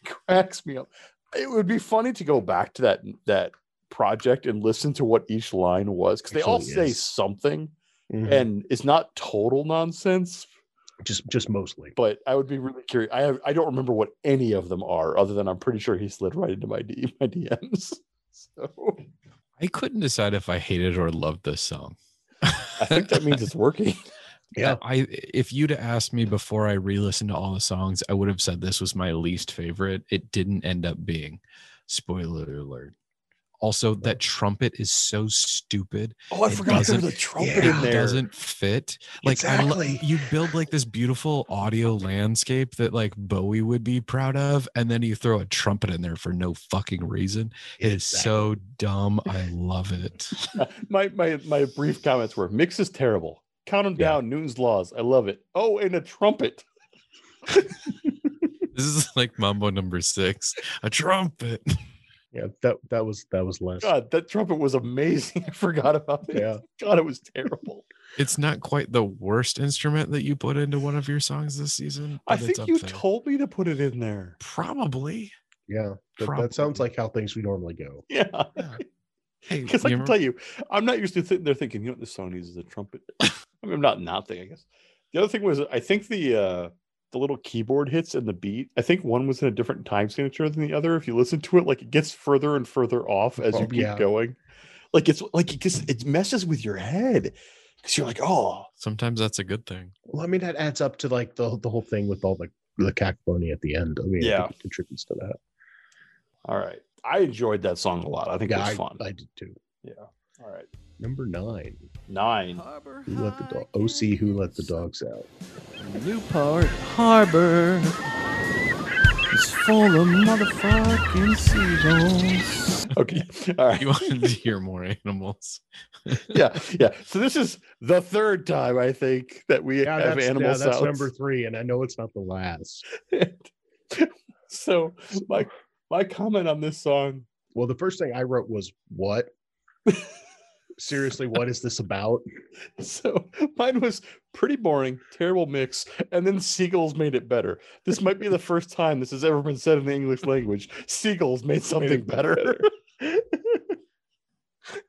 cracks me up. It would be funny to go back to that that project and listen to what each line was because they all
Actually,
say
yes.
something
Mhm.
and it's not total nonsense
just just mostly.
but I would be really curious. I have I don't remember what any of them are, other than I'm pretty sure he slid right into my D, my DMs. So
i couldn't decide if i hated or loved this song
I think that means it's working.
Yeah.
i if you'd asked me before i re-listened to all the songs i would have said this was my least favorite it didn't end up being spoiler alert also that trumpet is so stupid
Oh, I
It
forgot there was a
doesn't-
trumpet
yeah,
in
it
there.
doesn't fit like I
Exactly.
lo- you build like this beautiful audio landscape that like bowie would be proud of and then you throw a trumpet in there for no fucking reason it is so dumb i love it
my my my brief comments were mix is terrible. Count them
Yeah.
down. Newton's laws. I love it. Oh, and a trumpet.
This is like Mambo number six, a trumpet.
Yeah, that that was that was last.
God, that trumpet was amazing. I forgot about it.
Yeah.
God, it was terrible.
It's not quite the worst instrument that you put into one of your songs this season.
I
but it's
think
up
you
there.
told me to put it in there.
probably.
Yeah, that, that sounds like how things we normally go.
Yeah.
Yeah. Hey,
Because I
you
can
remem-
tell you, I'm not usually sitting there thinking, you know what this song needs is a trumpet. I mean, I'm not not thing, I guess. The other thing was, I think the uh, the little keyboard hits and the beat. I think one was in a different time signature than the other. If you listen to it, like it gets further and further off as you
Oh,
keep
yeah.
going. Like it's like it just it messes with your head because you're like, oh,
sometimes that's a good thing.
Well, I mean that adds up to like the the whole thing with all the the cacophony at the end. I mean, I
Yeah.
think it contributes to that.
all right. I enjoyed that song a lot. I think it was
yeah, I,
fun.
I did too.
yeah. All right.
Number nine,
Nine.
who let the dog? OC, who let the dogs out?
Newport Harbor is full of motherfucking seagulls.
Okay. All right.
You wanted to hear more animals.
yeah, yeah. So this is the third time I think that we
Yeah,
have
that's,
animal
yeah, that's
sounds.
number three, and I know it's not the last.
so my my comment on this song,
Well, the first thing I wrote was what? Seriously, what is this about?
so mine was pretty boring, terrible mix, and then seagulls made it better. This might be the first time this has ever been said in the English language. Seagulls made something better.
I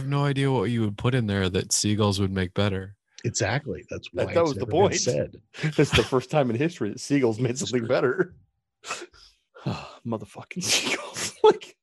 have no idea what you would put in there that seagulls would make better.
Exactly. That's why
That- that
it's
was the
never been
point.
Said.
It's the first time in history that seagulls made something better. Ah, Motherfucking seagulls. like,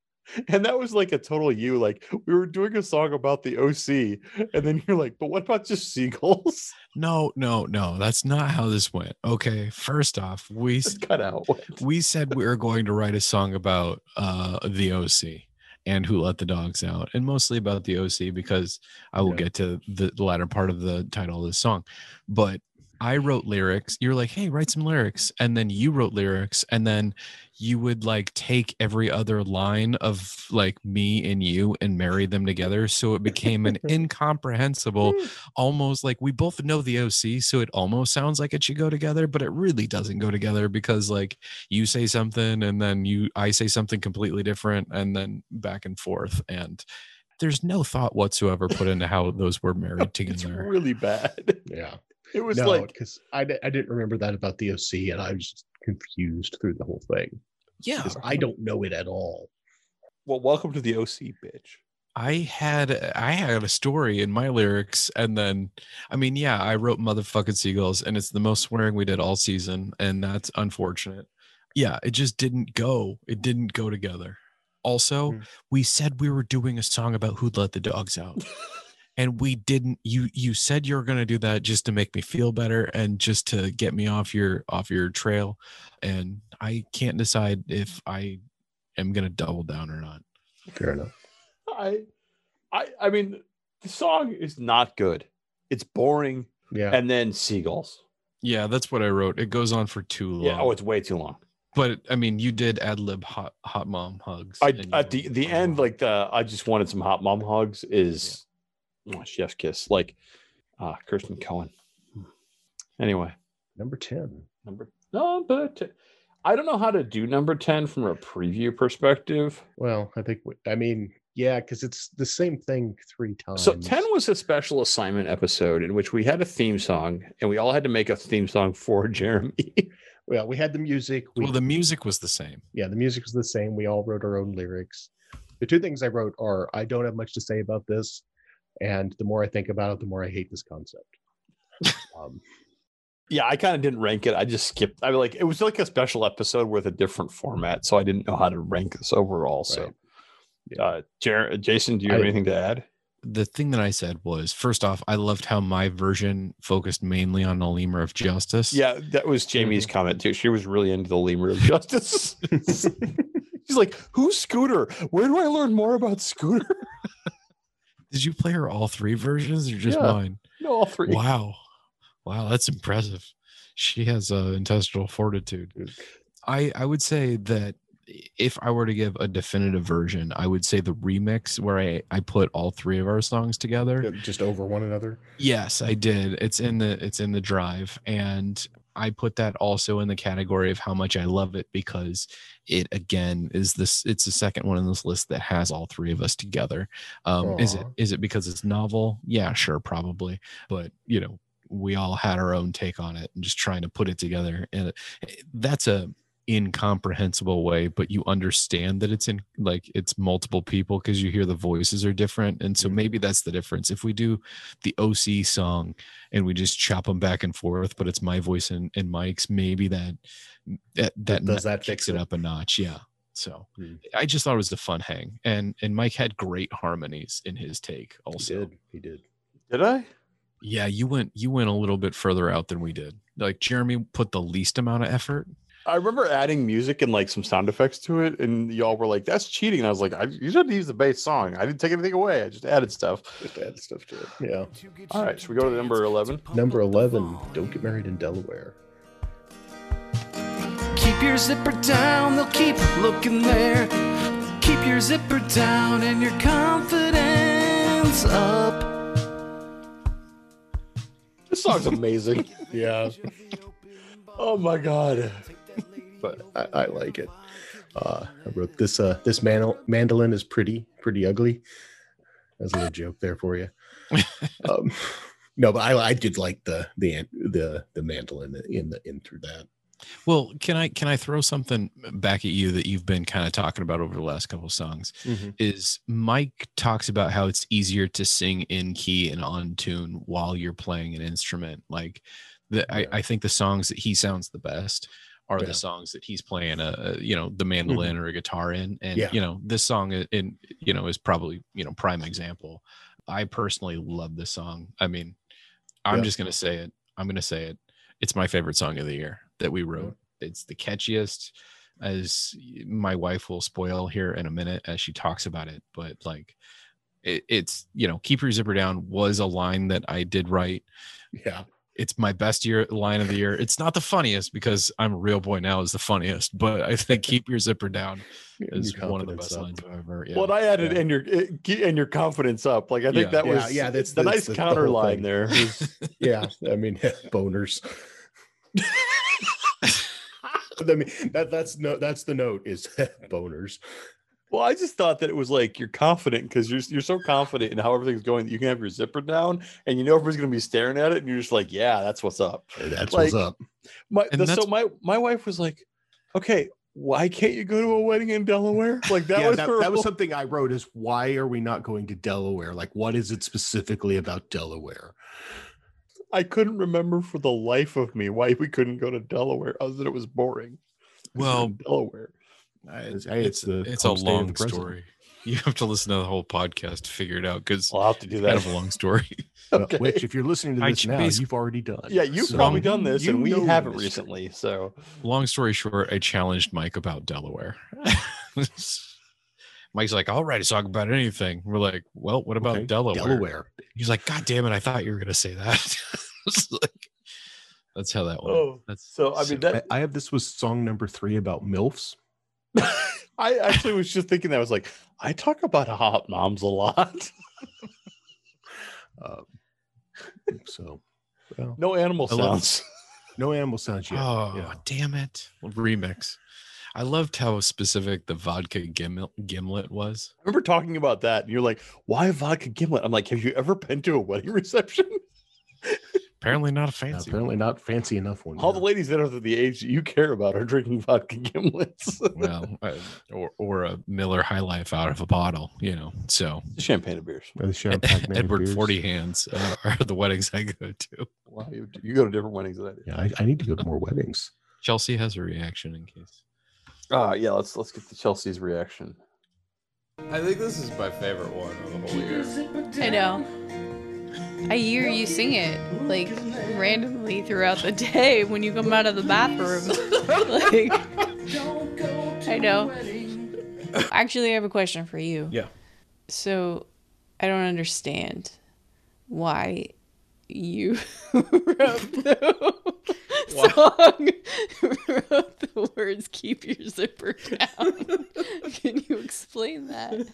and that was like a total you. Like, we were doing a song about the OC, and then you're like, but what about just seagulls?
No, no, no. That's not how this went. Okay, first off, we s-
Just cut out.
we said we were going to write a song about uh the OC and who let the dogs out, and mostly about the OC because I will
Yeah.
get to the the latter part of the title of this song. But I wrote lyrics. You're like, hey, write some lyrics, and then you wrote lyrics, and then you would like take every other line of like me and you and marry them together, so it became an incomprehensible,
Hmm.
almost like we both know the OC, so it almost sounds like it should go together, but it really doesn't go together because like you say something and then you I say something completely different and then back and forth and there's no thought whatsoever put into how those were married
It's
together.
really bad.
Yeah.
It was
no,
like,
because I, di- I didn't remember that about the OC, and I was just confused through the whole thing
yeah.
because I don't know it at all.
well, welcome to the OC, bitch.
I had uh, I had a story in my lyrics, and then I mean, yeah, I wrote motherfucking seagulls, and it's the most swearing we did all season, and that's unfortunate. Yeah, it just didn't go. It didn't go together. Also,
Mm.
we said we were doing a song about who'd let the dogs out. And we didn't you you said you were gonna do that just to make me feel better and just to get me off your off your trail. And I can't decide if I am gonna double down or not.
Fair enough.
I, I, I mean, the song is not good. It's boring,
Yeah.
and then seagulls.
Yeah, that's what I wrote. It goes on for too long.
Yeah. Oh, it's way too long.
but I mean, you did ad lib hot hot mom hugs.
I
and you
at the
wrote
the
hot
end,
mom.
like the I just wanted some hot mom hugs is oh, chef's kiss. Like ah, Kirsten Cohen. Anyway,
Number 10.
number number ten. I don't know how to do number ten from a preview perspective.
Well, I think, we- I mean, yeah, because it's the same thing three times.
So ten was a special assignment episode in which we had a theme song and we all had to make a theme song for Jeremy.
Yeah, we had the music. We,
well, the music was the same.
yeah, the music was the same. We all wrote our own lyrics. The two things I wrote are I don't have much to say about this. And the more I think about it, the more I hate this concept. um,
yeah, I kind of didn't rank it. I just skipped. I mean, like it was like a special episode with a different format, so I didn't know how to rank this overall. So,
Right. Yeah.
uh, Jer- Jason, do you have
I-
anything to add?
The thing that I said was first off, I loved how my version focused mainly on a lemur of justice.
Yeah, that was Jamie's comment too. She was really into the lemur of justice. She's like, "Who's Scooter? Where do I learn more about Scooter?"
Did you play her all three versions or just
Yeah.
mine?
no, all three.
Wow. Wow, that's
Mm.
impressive. She has uh, intestinal fortitude. I I would say that if I were to give a definitive version, I would say the remix where I, I put all three of our songs together.
just over one another.
Yes, I did. It's in the it's in the drive and I put that also in the category of how much I love it because it again is this it's the second one in this list that has all three of us together. Um is it
Aw.
is it because it's novel? Yeah, sure, probably. But, you know, we all had our own take on it and just trying to put it together and it- that's a incomprehensible way but you understand that it's in like it's multiple people because you hear the voices are different and so maybe
Mm-hmm.
that's the difference if we do the oc song and we just chop them back and forth but it's my voice and, and mike's maybe that eh, that that,
does
kn-
that
kicks
fix
it
it?
up a notch yeah so
Hmm.
i just thought it was a fun hang and and mike had great harmonies in his take
He
also
did. He did.
Did I?
yeah, you went you went a little bit further out than we did. Like Jeremy put the least amount of effort.
I remember adding music and like some sound effects to it, and y'all were like, "That's cheating." And I was like, I, "You should use the base song. I didn't take anything away. I just added stuff."
Just add stuff to it. Yeah.
All right, should we go to number eleven?
Number 11, Don't Get Married in Delaware.
Keep your zipper down, they'll keep looking there. Keep your zipper down and your confidence up.
This song's amazing.
Yeah.
oh my god!
But I, I like it. Uh, I wrote this uh, this mandol- mandolin is pretty, pretty ugly. That's a little joke there for you. Um, no, but I, I did like the the the the mandolin in the in through that.
Well, can I can I throw something back at you that you've been kind of talking about over the last couple of songs?
Mm-hmm.
Is Mike talks about how it's easier to sing in key and on tune while you're playing an instrument. Like the
Yeah.
I, I think the songs that he sounds the best are
Yeah. Mm-hmm.
the songs that he's playing a, a you know the mandolin or a guitar in and
Yeah.
you know this song i- in you know is probably you know prime example i personally love this song i mean i'm
Yeah.
just going to say it i'm going to say it it's my favorite song of the year that we wrote. It's the catchiest, as my wife will spoil here in a minute as she talks about it. But like, it, it's you know, keep your zipper down was a line that I did write.
Yeah.
It's my best year line of the year. It's not the funniest because I'm a real boy now is the funniest, but I think keep your zipper down is
Your
one of the
confidence
best
up.
lines I've ever. Yeah.
Well, and I added
Yeah.
and your and your confidence up. Like I think
Yeah.
that
Yeah,
was
yeah, that's-
the
that's
nice
the- the whole
counter line
thing.
there.
yeah i mean boners i mean that that's no that's the note is boners
Well, I just thought that it was like you're confident because you're you're so confident in how everything's going that you can have your zipper down and you know everybody's gonna be staring at it and you're just like, yeah, that's what's up.
that's
Like-
what's up
My
And
the-
that's-
so my my wife was like, okay, why can't you go to a wedding in Delaware? Like that
yeah,
was
that,
her
that was
whole-
something I wrote is why are we not going to Delaware? Like, what is it specifically about Delaware?
I couldn't remember for the life of me why we couldn't go to Delaware other than it was boring. 'Cause we're
Well,
in Delaware.
It's,
it's, it's a long story. You have to listen to the whole podcast to figure it out because
I'll have to do
kind
that.
of a long story.
Okay.
Which, if you're listening to
I
this now,
basi-
you've already done.
yeah, you've
So
probably done this
you
and we
know the
haven't
mystery.
recently. So
long story short, I challenged Mike about Delaware. Mike's like, I'll write a song about anything. We're like, well, what about
Okay,
Delaware?
Delaware.
He's like, God damn it, I thought you were gonna say that. It's like- that's how that went.
Oh,
that's
so I mean that
I, I have this was song number three about MILFs.
I actually was just thinking that I was like, I talk about hot moms a lot.
Uh, so, well,
No animal
I love-
sounds.
no animal sounds yet.
oh
yeah.
damn it. Remix. I loved how specific the vodka gimlet gimlet was.
I remember talking about that, and you're like, why vodka gimlet? I'm like, have you ever been to a wedding reception?
Apparently not a
Yeah,
fancy.
apparently not fancy enough one.
All the
yeah.
ladies that are the age that you care about are drinking vodka gimlets.
Well, uh, or or a Miller High Life out of a bottle, you know. So E-,
Champagne and beers.
Or the Champagne Man
Edward
beers.
Forty Hands uh, are the weddings I go to.
Wow, you, you go to different weddings than I do.
Yeah, I, I need to go to more weddings.
Chelsea has a reaction in case.
Uh, yeah, let's let's get to Chelsea's reaction.
I think this is my favorite one of the whole year.
I know. I hear you sing it like randomly throughout the day when you come out of the bathroom. like, I know. Actually, I have a question for you.
Yeah.
So, I don't understand why you wrote the song, wrote the words "Keep your zipper down." Can you explain that?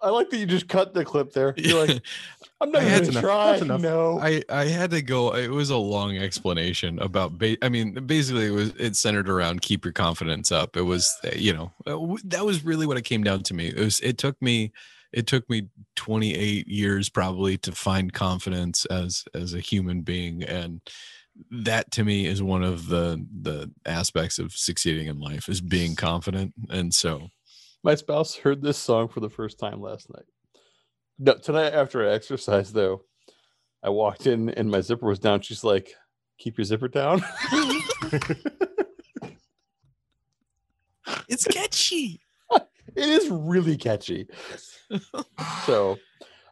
I like that you just cut the clip there. You're like, I'm
I
not
had
going to
enough.
try.
That's enough.
No.
I, I had to go. It was a long explanation about. Ba- I mean, basically, it was it centered around keep your confidence up. It was uh, you know uh, w- that was really what it came down to me. It was it took me it took me 28 years probably to find confidence as as a human being and that to me is one of the the aspects of succeeding in life is being confident and so
My spouse heard this song for the first time last night. No, tonight after I exercised, though, I walked in and my zipper was down. She's like, keep your zipper down.
it's catchy.
it is really catchy. so,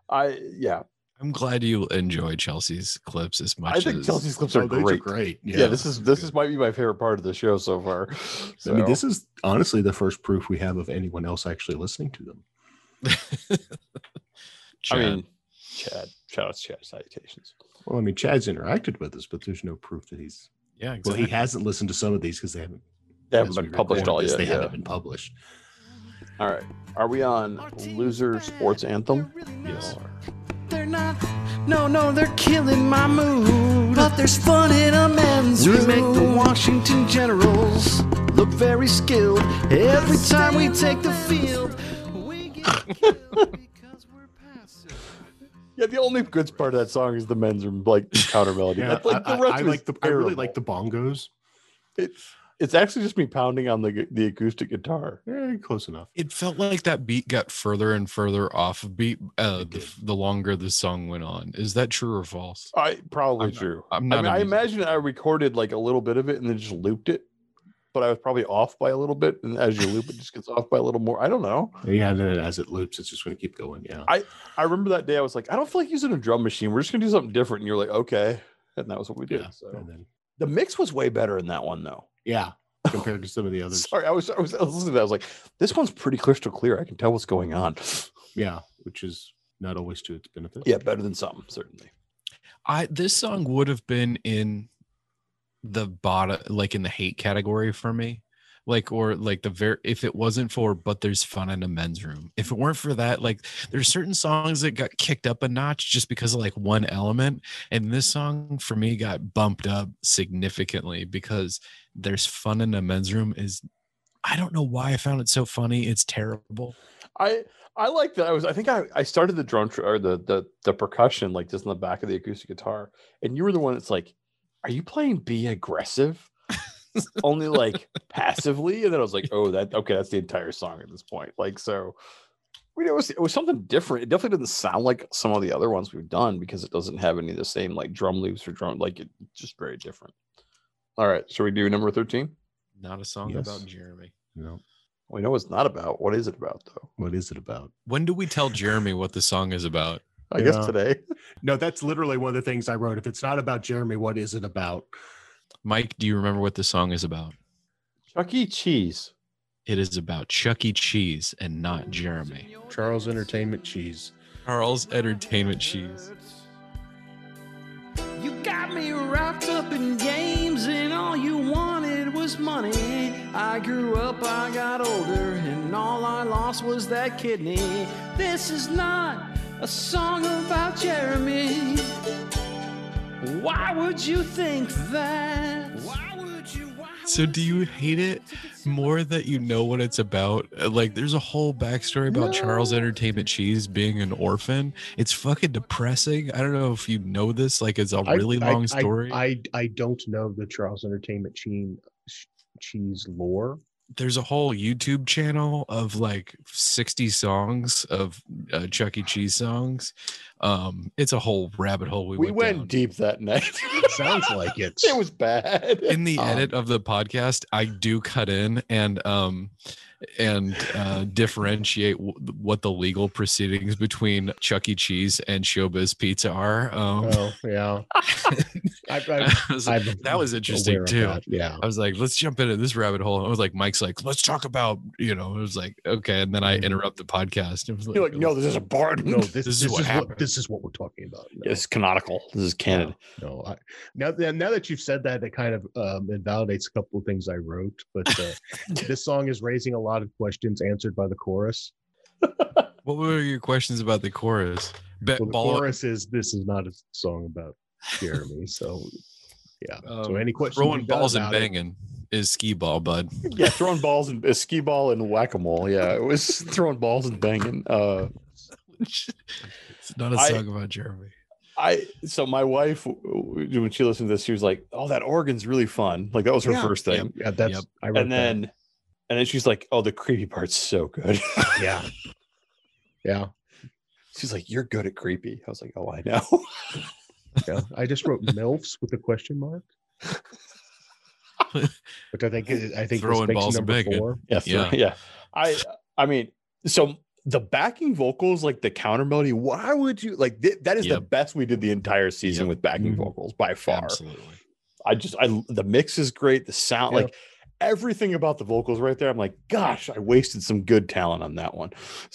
I, yeah,
i'm glad you enjoy chelsea's clips as much
I think
as
Chelsea's clips are
Oh, these are
great.
great.
Yeah.
Yeah.
this is this is might be my favorite part of the show so far.
I mean, this
So,
is honestly the first proof we have of anyone else actually listening to them.
I
Chad.
mean, Chad, shout out to Chad, salutations.
Well, I mean, Chad's interacted with us, but there's no proof that he's.
yeah
Well,
exactly.
he hasn't listened to some of these because they haven't.
They haven't
as
been
we
published
recorded
all
this,
yet.
They
yeah.
haven't been published.
All right, are we on loser sports anthem?
Yes.
They're not. No, no, they're killing my mood. But there's fun in a men's We make the Washington Generals look very skilled every time we take the field. We get killed because we're passive.
Yeah, the only good part of that song is the men's room like counter melody.
Yeah,
That's like
I,
the
I-
rest
I
of
like
it's
the. I really
terrible.
like the bongos.
It's it's actually just me pounding on the gu- the acoustic guitar.
Eh, close enough.
it felt like that beat got further and further off beat uh, the, the longer the song went on is that true or false
I probably
I'm not-
true.
I'm
Uh, I
not
mean,
a
I
music-
imagine I recorded like a little bit of it and then just looped it, but I was probably off by a little bit. And as you loop, it just gets off by a little more. I don't know.
Yeah, and then as it loops, it's just going to keep going. Yeah.
I remember that day I was like, I don't feel like using a drum machine. We're just gonna do something different. And you're like, okay, and that was what we did.
yeah.
So
And then,
the mix was way better in that one though.
yeah. Compared to some of the others.
Sorry, I was I was, I was listening to that. I was like, this one's pretty crystal clear. I can tell what's going on.
Yeah, which is not always to its benefit.
yeah, better than some certainly.
I this song would have been in the bottom, like in the hate category for me, like or like the very if it wasn't for but there's fun in a men's room. If it weren't for that, like there's certain songs that got kicked up a notch just because of like one element, and this song for me got bumped up significantly because there's fun in a men's room is. I don't know why I found it so funny. It's terrible.
I I like that. I was I think I, I started the drum tr- or the the the percussion like just in the back of the acoustic guitar, and you were the one that's like, "Are you playing be aggressive?" Only like passively, and then I was like, "Oh, that okay. That's the entire song at this point." Like so, we know it was, it was something different. It definitely didn't sound like some of the other ones we've done because it doesn't have any of the same like drum loops or drum like it, it's just very different. All right, so we do number thirteen.
Not a song
Yes.
about Jeremy.
You know,
We know it's not about. What is it about though?
what is it about?
When do we tell Jeremy what the song is about?
I guess
Yeah.
today.
No, that's literally one of the things I wrote. If it's not about Jeremy, what is it about?
Mike, do you remember what the song is about?
Chuck E. Cheese.
It is about Chuck E. Cheese and not Jeremy.
Charles Entertainment Cheese.
Charles Entertainment Cheese.
You got me wrapped up in games, and all you wanted was money. I grew up, I got older, and all I lost was that kidney. This is not a song about Jeremy. Why would you think that? Why would you? Why
So, do you hate it more that you know what it's about? Uh, Like, there's a whole backstory about Charles Entertainment Cheese being an orphan. It's fucking depressing. I don't know if you know this. Like, it's a really
I-
long
I-
story.
I, I don't know the Charles Entertainment Cheese cheese lore.
there's a whole YouTube channel of like 60 songs of uh, Chuck E. Cheese songs. Um, it's a whole rabbit hole. We,
we
went
went
down.
deep that night.
Sounds like it.
it was bad.
in the
Um,
edit of the podcast i do cut in and um and uh, differentiate w- what the legal proceedings between Chuck E. Cheese and Showbiz Pizza are. Um,
Oh yeah, I, I,
I was like,
I'm
that was interesting
aware of
too.
that, Yeah,
I was like, let's jump into this rabbit hole. And I was like, Mike's like, let's talk about, you know, it was like, okay. And then I interrupt the podcast. It was like,
You're like, no, this is a barn.
Mm-hmm. no, this,
This is
this,
what
is
happened.
what this is what we're talking about. No.
It's canonical. This is canon.
No, I, now that now that you've said that, it kind of um, invalidates a couple of things I wrote. But uh, this song is raising a lot of questions answered by the chorus.
what were your questions about the chorus? Bet
Well, the
ball-
chorus is this is not a song about Jeremy. So yeah. so
um,
any questions?
throwing
you've got
balls and
about it-
banging is skee ball, bud.
Yeah, throwing balls and uh, skee ball and whack a mole. Yeah, it was throwing balls and banging. Uh,
it's not a
I-
song about Jeremy.
I so my wife w- w- when she listened to this, she was like, "Oh, that organ's really fun." Like that was her
Yeah.
first thing,
Yeah, that's
Yep.
I wrote
and then and then she's like, "Oh, the creepy part's so good."
that. yeah. Yeah,
she's like, "You're good at creepy." I was like, "Oh, I know."
yeah. I just wrote MILFs with a question mark. Which I think is, I think was
Throwing
fiction
balls and
number
bacon.
four.
Yeah, three-
Yeah.
yeah. I I mean, so the backing vocals, like the counter melody, why would you like th- that is the
Yep.
best we did the entire season
Yep. Mm-hmm.
with backing
Mhm.
vocals by far.
Absolutely.
I just I the mix is great, the sound
Yeah.
like everything about the vocals right there. I'm like, gosh, I wasted some good talent on that one.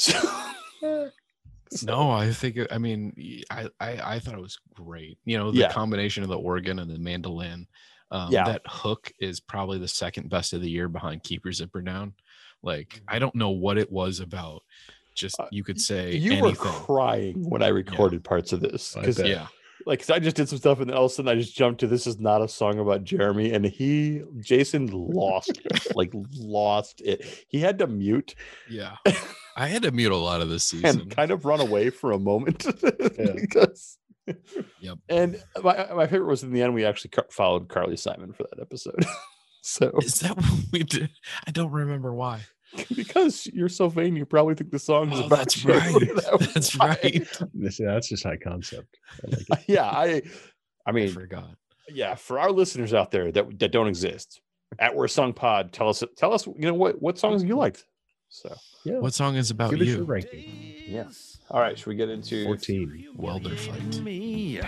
So
No, I think it- I mean y- I, I I thought it was great. You know, the
Yeah.
combination of the organ and the mandolin. Um,
Yeah.
That hook is probably the second best of the year behind Keep Your Zipper Down. Like I don't know what it was about. Just
Mm-hmm. Uh,
you could say
you were
anything.
crying when I recorded parts of this
I
because
bet.
yeah,
like 'cause I just did some stuff and then all of a sudden I just jumped to this is not a song about Jeremy and he Jason lost it, like lost it. He had to mute
yeah. I had to mute a lot of this season.
and kind of run away for a moment
Yeah.
because
Yep.
And my my favorite was in the end we actually car- followed Carly Simon for that episode. so
Is that what we did? I don't remember why.
because you're so vain, you probably think the song is
Oh,
about
that's
you.
right.
That was
That's
why.
right.
This, that's just high concept. I like it.
yeah, I, I
I
mean,
forgot.
yeah, for our listeners out there that that don't exist, at We're Song Pod, tell us, tell us, you know what what songs you liked. So,
Yeah.
What song is about
Give us your
you?
ranking.
yeah. All right, should we get into?
14.
Welder fight.
me.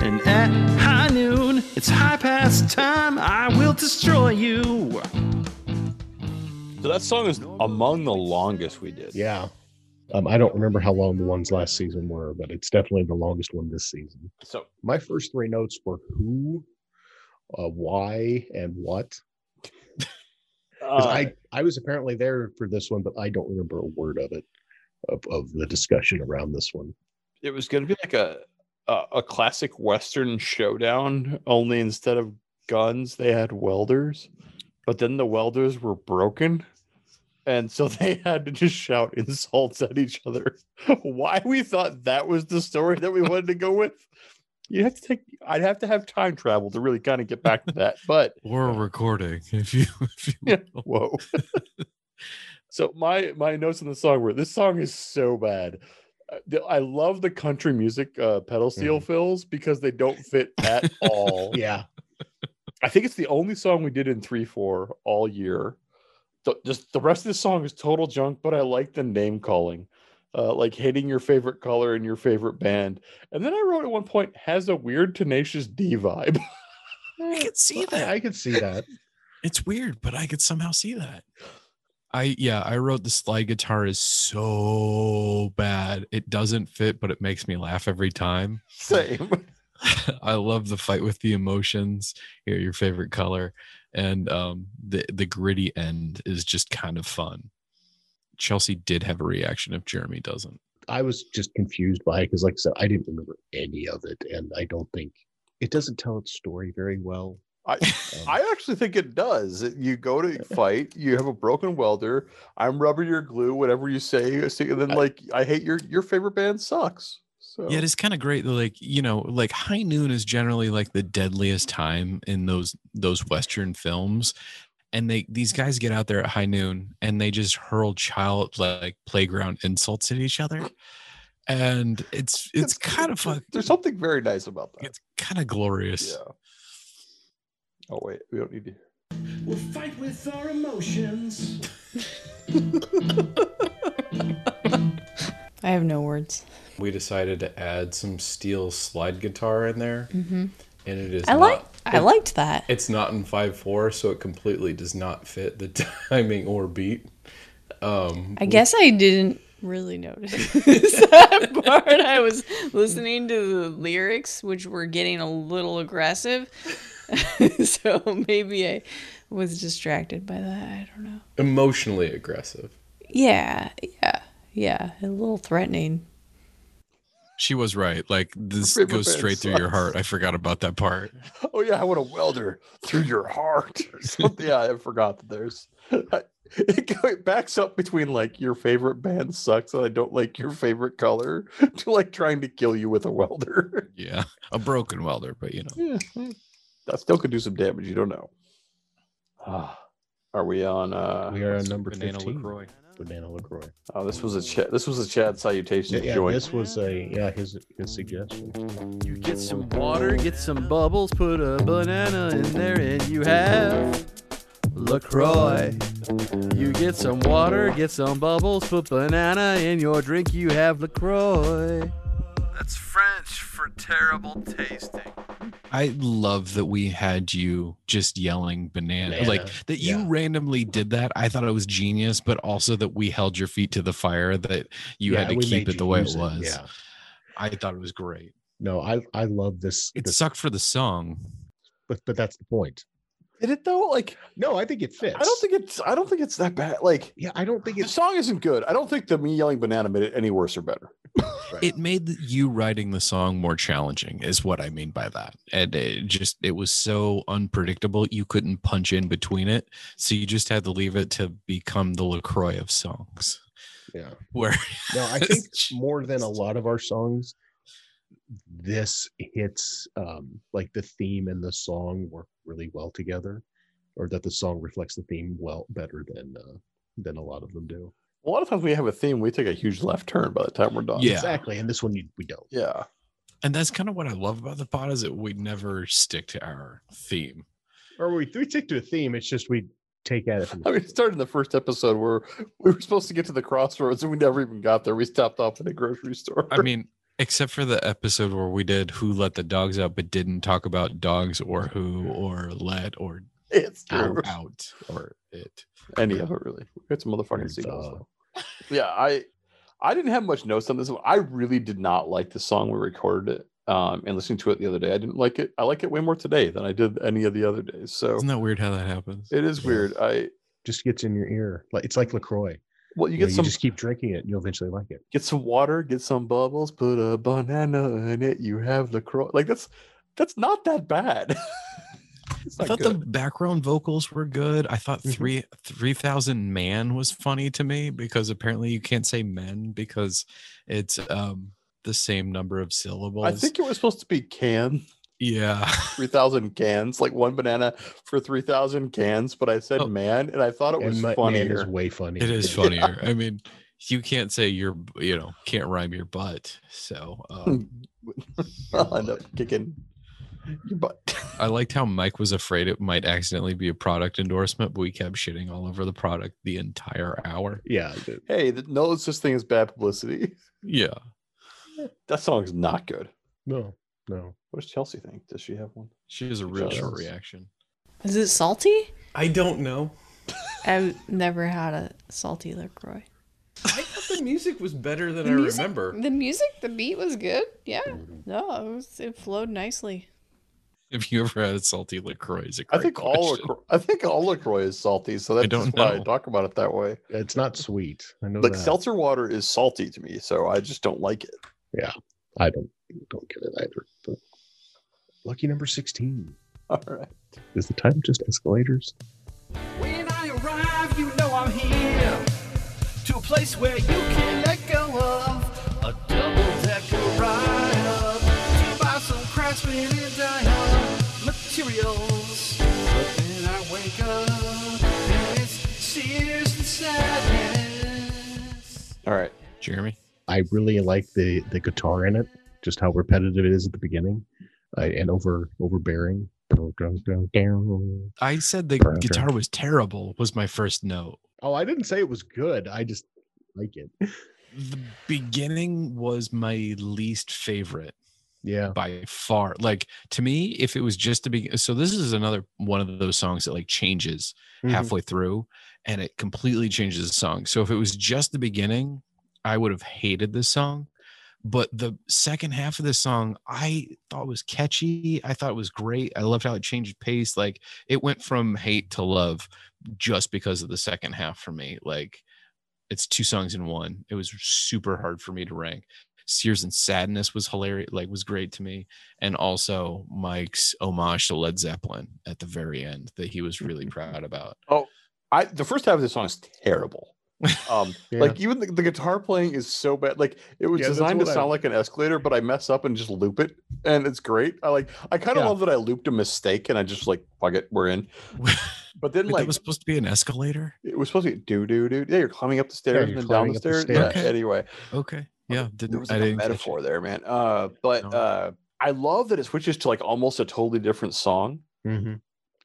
And at high noon, it's high past time. I will destroy you.
So that song is among the longest we did.
Yeah. Um, I don't remember how long the ones last season were, but it's definitely the longest one this season.
So
My first three notes were who, uh, why, and what. 'Cause
uh,
I, I was apparently there for this one, but I don't remember a word of it, of, of the discussion around this one.
it was going to be like a, a a classic Western showdown, only instead of guns, they had welders. But then the welders were broken, and so they had to just shout insults at each other. Why we thought that was the story that we wanted to go with? You have to take. I'd have to have time travel to really kind of get back to that. But
Or a recording, if you, if you
Yeah. whoa. so my my notes on the song were this song is so bad. Uh, the- I love the country music uh, pedal steel fills because they don't fit at all.
Yeah.
I think it's the only song we did in three four all year. The, just the rest of the song is total junk, but I like the name calling, uh, like hating your favorite color and your favorite band. And then I wrote at one point has a weird tenacious D vibe.
I could see
I, I could see that.
It's weird, but I could somehow see that. I yeah, I wrote the slide guitar is so bad. It doesn't fit, but it makes me laugh every time.
Same.
I love the fight with the emotions, you know, your favorite color, and um, the the gritty end is just kind of fun. Chelsea did have a reaction if Jeremy doesn't.
I was just confused by it because, like I said, I didn't remember any of it, and I don't think it doesn't tell its story very well. Um,
I, I actually think it does. It- You go to fight, you have a broken welder. I'm rubber your glue, whatever you say. you say- And then, like, I hate your your favorite band sucks. So
Yeah, it is kind of great. that, Like you know, like high noon is generally like the deadliest time in those those western films, and they these guys get out there at high noon and they just hurl child like playground insults at each other, and it's it's, kind of
there's-
fuck,
There's something very nice about that.
it's kind of glorious.
Yeah. Oh wait, we don't need to.
We'll fight with our emotions.
I have no words.
We decided to add some steel slide guitar in there,
Mhm.
and it is.
I
not-
like- I liked that.
It's not in five four, so it completely does not fit the timing or beat. Um,
I guess I didn't really notice that part. I was listening to the lyrics, which were getting a little aggressive. so maybe I was distracted by that. I don't know.
emotionally aggressive.
Yeah, yeah, yeah. A little threatening.
She was right. Like this
Rubber
goes
band
straight through your
sucks.
heart. I forgot about that part.
Oh yeah, I want a welder through your heart. or something. yeah, I forgot that there's. It go- it backs up between like your favorite band sucks and I don't like your favorite color to like trying to kill you with a welder.
Yeah, a broken welder, but you know.
Yeah, mm. that still could do some damage. You don't know. Ah, are we on? uh
We are on number
Banana
15.
LaCroix.
Banana Lacroix.
Oh, this was a chat. This was a Chad salutation
Yeah,
joint.
this was a yeah his his suggestion.
You get some water, get some bubbles, put a banana in there, and you have LaCroix. You get some water, get some bubbles, put banana in your drink, you have LaCroix. That's French for terrible tasting.
I love that we had you just yelling banana.
Banana,
Like that you
yeah.
randomly did that. I thought it was genius, but also that we held your feet to the fire that you
Yeah,
had to
and we
keep
made
it
you
the way it
use
was.
Yeah.
I thought it was great.
No, I I love this.
It
this-
sucked for the song.
but but that's the point.
Did it though? Like,
No, I think it fits.
I don't think it's. I don't think it's that bad. Like,
Yeah, I don't think
the
it's.
song isn't good. I don't think the me yelling banana made it any worse or better.
It made the- you writing the song more challenging, is what I mean by that. And it just, it was so unpredictable. You couldn't punch in between it. So you just had to leave it to become the LaCroix of songs.
Yeah.
Where
No, I think more than a lot of our songs, this hits um, like the theme and the song work really well together, or that the song reflects the theme well better than uh, than a lot of them do.
A lot of times we have a theme. We take a huge left turn by the time we're done.
Yeah.
Exactly, and this one you, we don't.
Yeah.
and that's kind of what I love about the pod is that we never stick to our theme.
Or we we stick to a theme. It's just we take at it. From
I mean, it started in the first episode where we were supposed to get to the crossroads and we never even got there. We stopped off at a grocery store.
I mean, except for the episode where we did who let the dogs out, but didn't talk about dogs or who or let or
it's true.
out, out or it.
Any of it really. We got some motherfucking
Weird
sequels.
dog.
though. yeah, I I didn't have much notes on this one. I really did not like the song we recorded it. Um, and listening to it the other day, I didn't like it. I like it way more today than I did any of the other days. So
Isn't that weird how that happens?
it is
Yeah.
weird. I
just gets in your ear. Like it's like Lacroix.
well, you
You,
get
know, you
some
just keep drinking it, and you'll eventually like it.
get some water, get some bubbles, put a banana in it. You have LaCroix. Like that's that's not that bad. it's
I
not
thought
good. Mm-hmm.
the background vocals were good. I thought
Mhm.
three three thousand man was funny to me because apparently you can't say men because it's um the same number of syllables.
I think it was supposed to be can
yeah.
three thousand cans, like one banana for three thousand cans. But I said
Oh.
man, and I thought it was
and my, man
funnier.
is way funny.
It is funnier. I mean, you can't say your, you know, can't rhyme your butt. So um,
I'll end up kicking your butt.
I liked how Mike was afraid it might accidentally be a product endorsement, but we kept shitting all over the product the entire hour.
Yeah. the-
hey, th- no such thing as bad publicity.
Yeah.
That song's not good.
No. No.
What does Chelsea think? Does she have one?
She has a real
Yes.
short reaction.
Is it salty?
I don't know.
I've never had a salty LaCroix.
I thought the music was better than
The
I
music-
remember.
The music, the beat was good. Yeah. No, it, was, it flowed nicely.
Have you ever had salty LaCroix? Is a
I
great
think all
question.
LaCroix, I think all Lacroix is salty, so that's
don't
why I
know.
talk about it that way.
It's not sweet. I know
like
that.
seltzer water is salty to me, so I just don't like it.
I don't don't get it either. But lucky number sixteen.
All right.
Is the title just escalators?
When I arrive, you know I'm here. To a place where you can let go of a double decker ride up to buy some craftsman and diner materials. But then I wake up and it's Sears and sadness.
All right.
Jeremy.
I really like the the guitar in it. Just how repetitive it is at the beginning, uh, and over overbearing.
I said the
Brr, brr.
guitar was terrible. Was my first note.
Oh, I didn't say it was good. I just like it.
The beginning was my least favorite.
Yeah.
by far. Like to me, if it was just to be so, this is another one of those songs that like changes
Mhm.
halfway through, and it completely changes the song. So if it was just the beginning, I would have hated this song. But the second half of this song, I thought was catchy. I thought it was great. I loved how it changed pace. Like it went from hate to love just because of the second half for me. Like it's two songs in one. It was super hard for me to rank. Sears and Sadness was hilarious, like was great to me. And also Mike's homage to Led Zeppelin at the very end that he was
Mm-hmm.
really proud about.
Oh, I the first half of this song is terrible. Um,
Yeah.
like even the, the guitar playing is so bad. Like it was
Yeah, that's
designed to
what I-
sound like an escalator, but I mess up and just loop it, and it's great. I like. I kind of
Yeah.
love that I looped a mistake, and I just like fuck it, we're in. But then
Wait,
like
that was supposed to be an escalator.
it was supposed to be do do do. Yeah, you're climbing up the stairs
you're
and then down
climbing
the
up the
stairs.
stairs.
Yeah.
Okay.
Anyway,
Okay. Yeah. Didn't
there was
I
like, a
didn't catch it.
metaphor there, man. Uh, but
No.
uh, I love that it switches to like almost a totally different song.
Mm-hmm.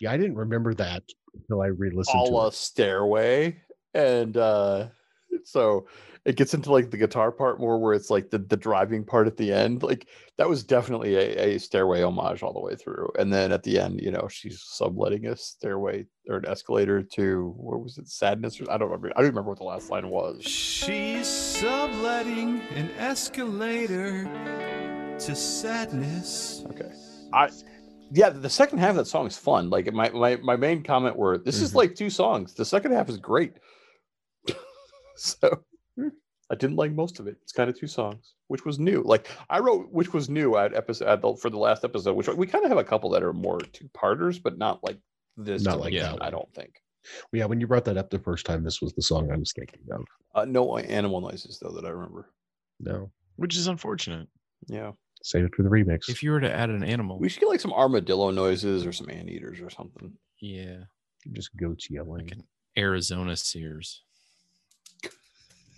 Yeah, I didn't remember that until I re-listened
all
to
a stairway and uh so it gets into like the guitar part more where it's like the, the driving part at the end like that was definitely a, a stairway homage all the way through and then at the end you know she's subletting a stairway or an escalator to where was it sadness or, i don't remember i don't remember what the last line was
She's subletting an escalator to sadness.
okay i yeah the second half of that song is fun like my my, my main comment were this is
Mhm.
like two songs the second half is great so I didn't like most of it. It's kind of two songs, which was new. Like I wrote, which was new at episode at the, for the last episode. Which we kind of have a couple that are more two parters, but not like this.
Not
to
like
that
that, I don't think.
it. Yeah, when you brought that up the first time, this was the song I was thinking of.
Uh, no animal noises though that I remember.
No,
Which is unfortunate.
Yeah,
save it for the remix.
If you were to add an animal,
we should get like some armadillo noises or some anteaters or something.
yeah,
Just goats yelling.
like an Arizona Sears.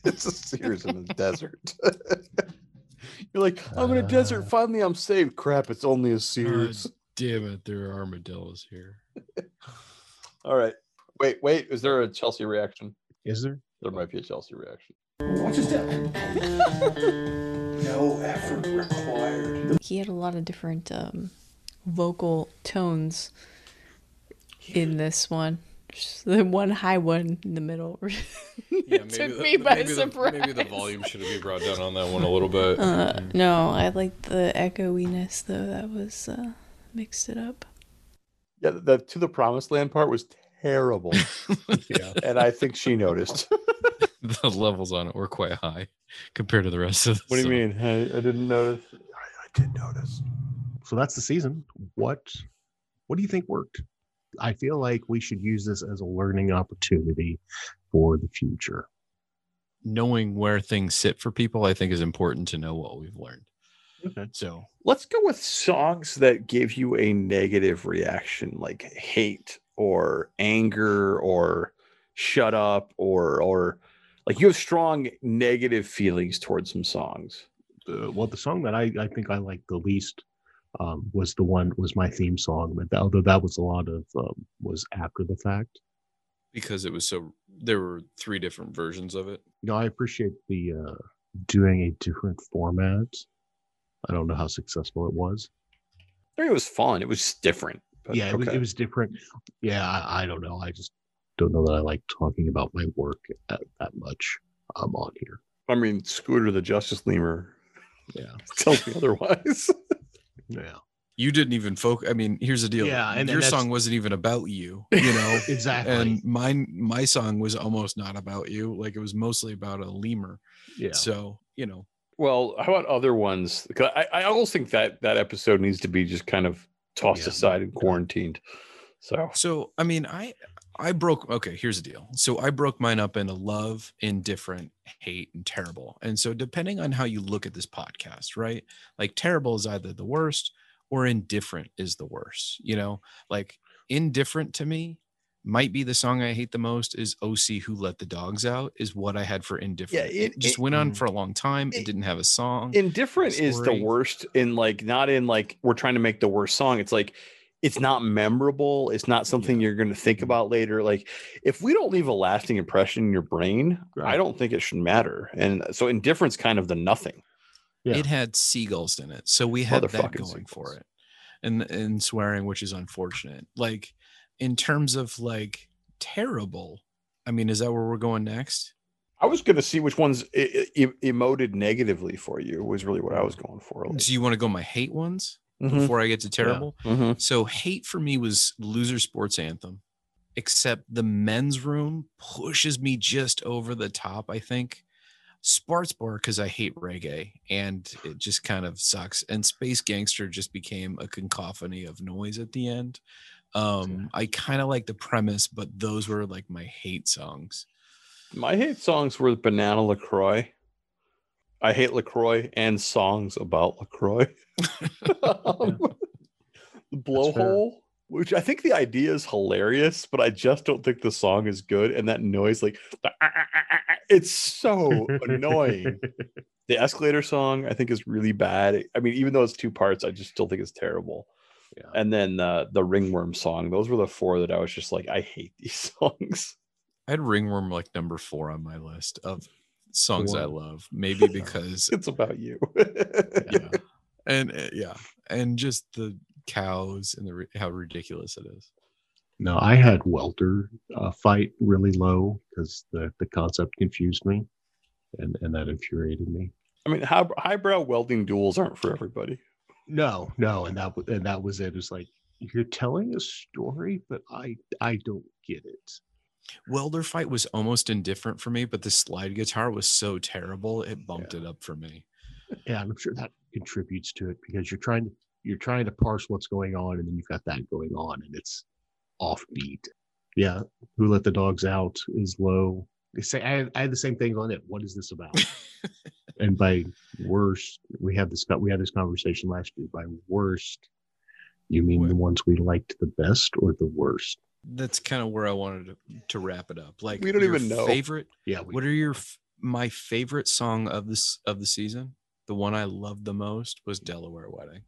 It's a Sears in the desert. Ah. You're like, I'm in a
Uh.
desert. Finally, I'm saved. Crap, it's only a
God
Sears.
damn it, there are armadillos here.
All right. Wait, wait. Is there a Chelsea reaction?
Is there?
There might be a Chelsea reaction.
Watch your step. no effort required.
He had a lot of different um, vocal tones in this one. Just the one high one in the middle.
Yeah,
it took me by
maybe
surprise.
The, maybe the volume should have been brought down on that one a little bit.
Uh, no, I liked the echoiness though. That was uh, mixed it up.
Yeah, the to the promised land part was terrible.
Yeah.
and I think she noticed.
the levels on it were quite high compared to the rest of the
What do you
song.
mean? I, I didn't notice. I, I did notice.
so that's the season. What what do you think worked? I feel like we should use this as a learning opportunity for the future.
Knowing where things sit for people, I think, is important to know what we've learned.
Okay.
So
Let's go with songs that give you a negative reaction, like hate or anger or shut up or or like you have strong negative feelings towards some songs.
Uh, well, the song that I, I think I liked the least um, was the one was my theme song. But that, although that was a lot of um, was after the fact.
because it was so there were three different versions of it.
you know, I appreciate the uh, doing a different format. I don't know how successful it was.
I mean, it was fun. It was different. but
yeah, it, was,
okay.
it was different. Yeah, I, I don't know. I just don't know that I like talking about my work that, that much. I'm on here.
I mean, Scooter the Justice Lemur
Yeah,
tells me otherwise.
yeah,
You didn't even focus. I mean, here's the deal.
Yeah, and- and
your
that's-
song wasn't even about you. You know,
exactly.
and mine my song was almost not about you. Like it was mostly about a lemur.
yeah,
So you know,
Well, how about other ones? 'Cause I, I almost think that that episode needs to be just kind of tossed
Yeah.
aside and quarantined. So
So I mean, I I broke okay, here's the deal. So I broke mine up into love, indifferent, hate, and terrible. And so depending on how you look at this podcast, right? Like terrible is either the worst or indifferent is the worst. You know, like indifferent to me might be the song I hate the most is OC Who Let the Dogs Out is what I had for indifferent.
it-
it, just
it-
went on
Mm.
for a long time. It,
It-
didn't have a song.
indifferent is the
Story.
worst in like not in like we're trying to make the worst song. It's like it's not memorable. It's not something you're going to think about later. Like, if we don't leave a lasting impression in your brain, I don't think it should matter. And so, indifference kind of the nothing.
It had seagulls in it, so we had that
Motherfucking
going for it, and and swearing, which is unfortunate. Like in terms of like terrible, I mean, is that where we're going next?
I was going to see which ones e- e- emoted negatively for you was really what I was going for. Like,
Do you want to go my hate ones
Mhm.
before I get to terrible?
Mhm.
So hate for me was loser sports anthem, except the men's room pushes me just over the top. I think Sparts Bar because I hate reggae and it just kind of sucks. And Space Gangster just became a cacophony of noise at the end. Um, I kind of like the premise, but those were like my hate songs.
my hate songs were Banana LaCroix. I hate LaCroix and songs about LaCroix. Um, the Blowhole, which I think the idea is hilarious, but I just don't think the song is good. And that noise, like, the ah, ah, ah, ah, ah, it's so annoying. The escalator song, I think, is really bad. I mean, even though it's two parts, I just still think it's terrible. And then uh, the ringworm song; those were the four that I was just like, I hate these songs.
I had Ringworm like number four on my list of songs I
One.
love. Maybe because
it's about you.
yeah, and uh, yeah, and just the cows and the ri- how ridiculous it is.
No, I had welter uh, fight really low because the, the concept confused me, and and that infuriated me.
I mean, high, highbrow welding duels aren't for everybody.
No, no, and that wa- and that was it. It's like you're telling a story, but I I don't get it.
Welder fight was almost indifferent for me, but the slide guitar was so terrible it bumped it up for me.
Yeah, and I'm sure that contributes to it because you're trying to you're trying to parse what's going on, and then you've got that going on, and it's offbeat. Yeah, who let the dogs out is low. They say I had, I had the same thing on it. What is this about? and by worst, we had this co- we had this conversation last year. By worst, you mean the ones we liked the best or the worst?
That's kind of where I wanted to, to wrap it up. Like
We don't
your
even know.
favorite.
Yeah,
what are your f- my favorite song of this of the season? The one I loved the most was Delaware Wedding.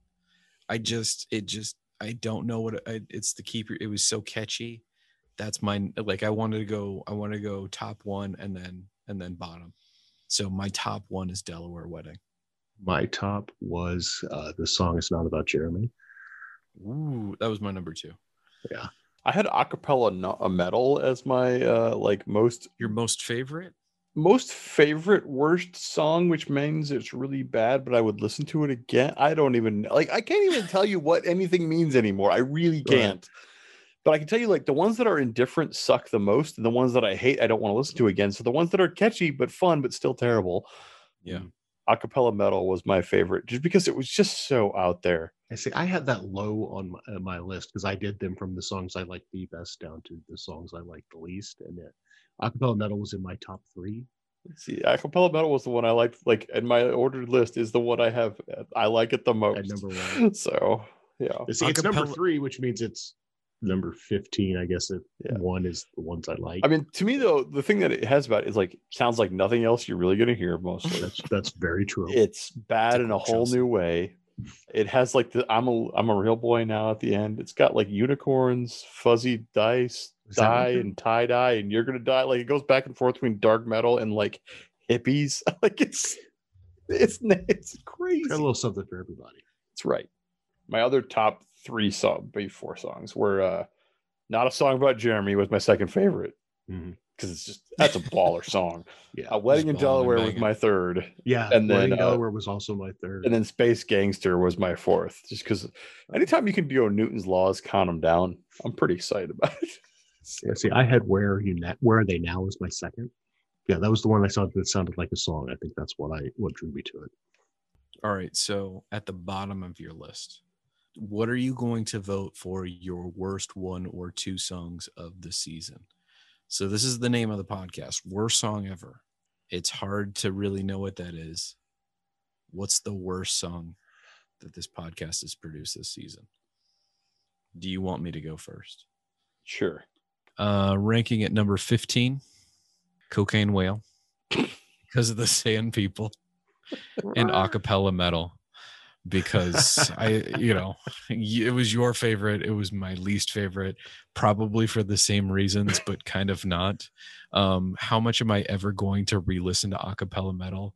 I just it just I don't know what I, it's the keeper. It was so catchy. That's my like I wanted to go I want to go top one and then and then bottom. So my top one is Delaware Wedding.
My top was uh, the song "It's Not About Jeremy."
Ooh, that was my number two.
Yeah.
I had acapella no- a metal as my uh, like most
your most favorite
most favorite worst song, which means it's really bad, but I would listen to it again. I don't even like I can't even tell you what anything means anymore. I really can't. But I can tell you like the ones that are indifferent suck the most, and the ones that I hate I don't want to listen to again. So the ones that are catchy but fun but still terrible.
Yeah.
Acapella metal was my favorite just because it was just so out there.
I see. I had that low on my, uh, my list because I did them from the songs I liked the best down to the songs I liked the least, and it, acapella metal was in my top three.
See, acapella metal was the one I liked. Like, and my ordered list is the one I have. uh, I like it the most. number
one.
So, yeah.
See, it's number three, which means it's number fifteen. I guess that one is the ones I like.
I mean, to me though, the thing that it has about it is like sounds like nothing else you're really going to hear mostly.
that's that's very true.
It's bad in a whole new way. It has like the I'm a I'm a real boy now at the end. It's got like unicorns, fuzzy dice,
that what
dye,
it is?
and tie dye, and you're gonna die. Like it goes back and forth between dark metal and like hippies. like it's it's it's crazy.
Got a little something for everybody.
That's right. My other top three song, maybe four songs were uh, "Not a Song About Jeremy" was my second favorite because it's just that's a baller song.
Mm-hmm. Yeah,
"A Wedding in
it's ballin' and
Delaware" was
bangin'.
my third.
Yeah,
and then
Wedding
uh,
Delaware was also my third.
and then "Space Gangster" was my fourth. Just because anytime you can do a Newton's Laws, count them down. I'm pretty excited about it.
Yeah, see, I had where you na- where are they now was my second. Yeah, that was the one I saw that sounded like a song. I think that's what I what drew me to it.
All right. So at the bottom of your list, what are you going to vote for your worst one or two songs of the season? So this is the name of the podcast Worst Song Ever. It's hard to really know what that is. What's the worst song that this podcast has produced this season? Do you want me to go first?
Sure.
Uh, ranking at number 15, Cocaine Whale, because of the Sand People and acapella metal. because I, you know, y- it was your favorite. It was my least favorite, probably for the same reasons, but kind of not. Um, how much am I ever going to re listen to acapella metal?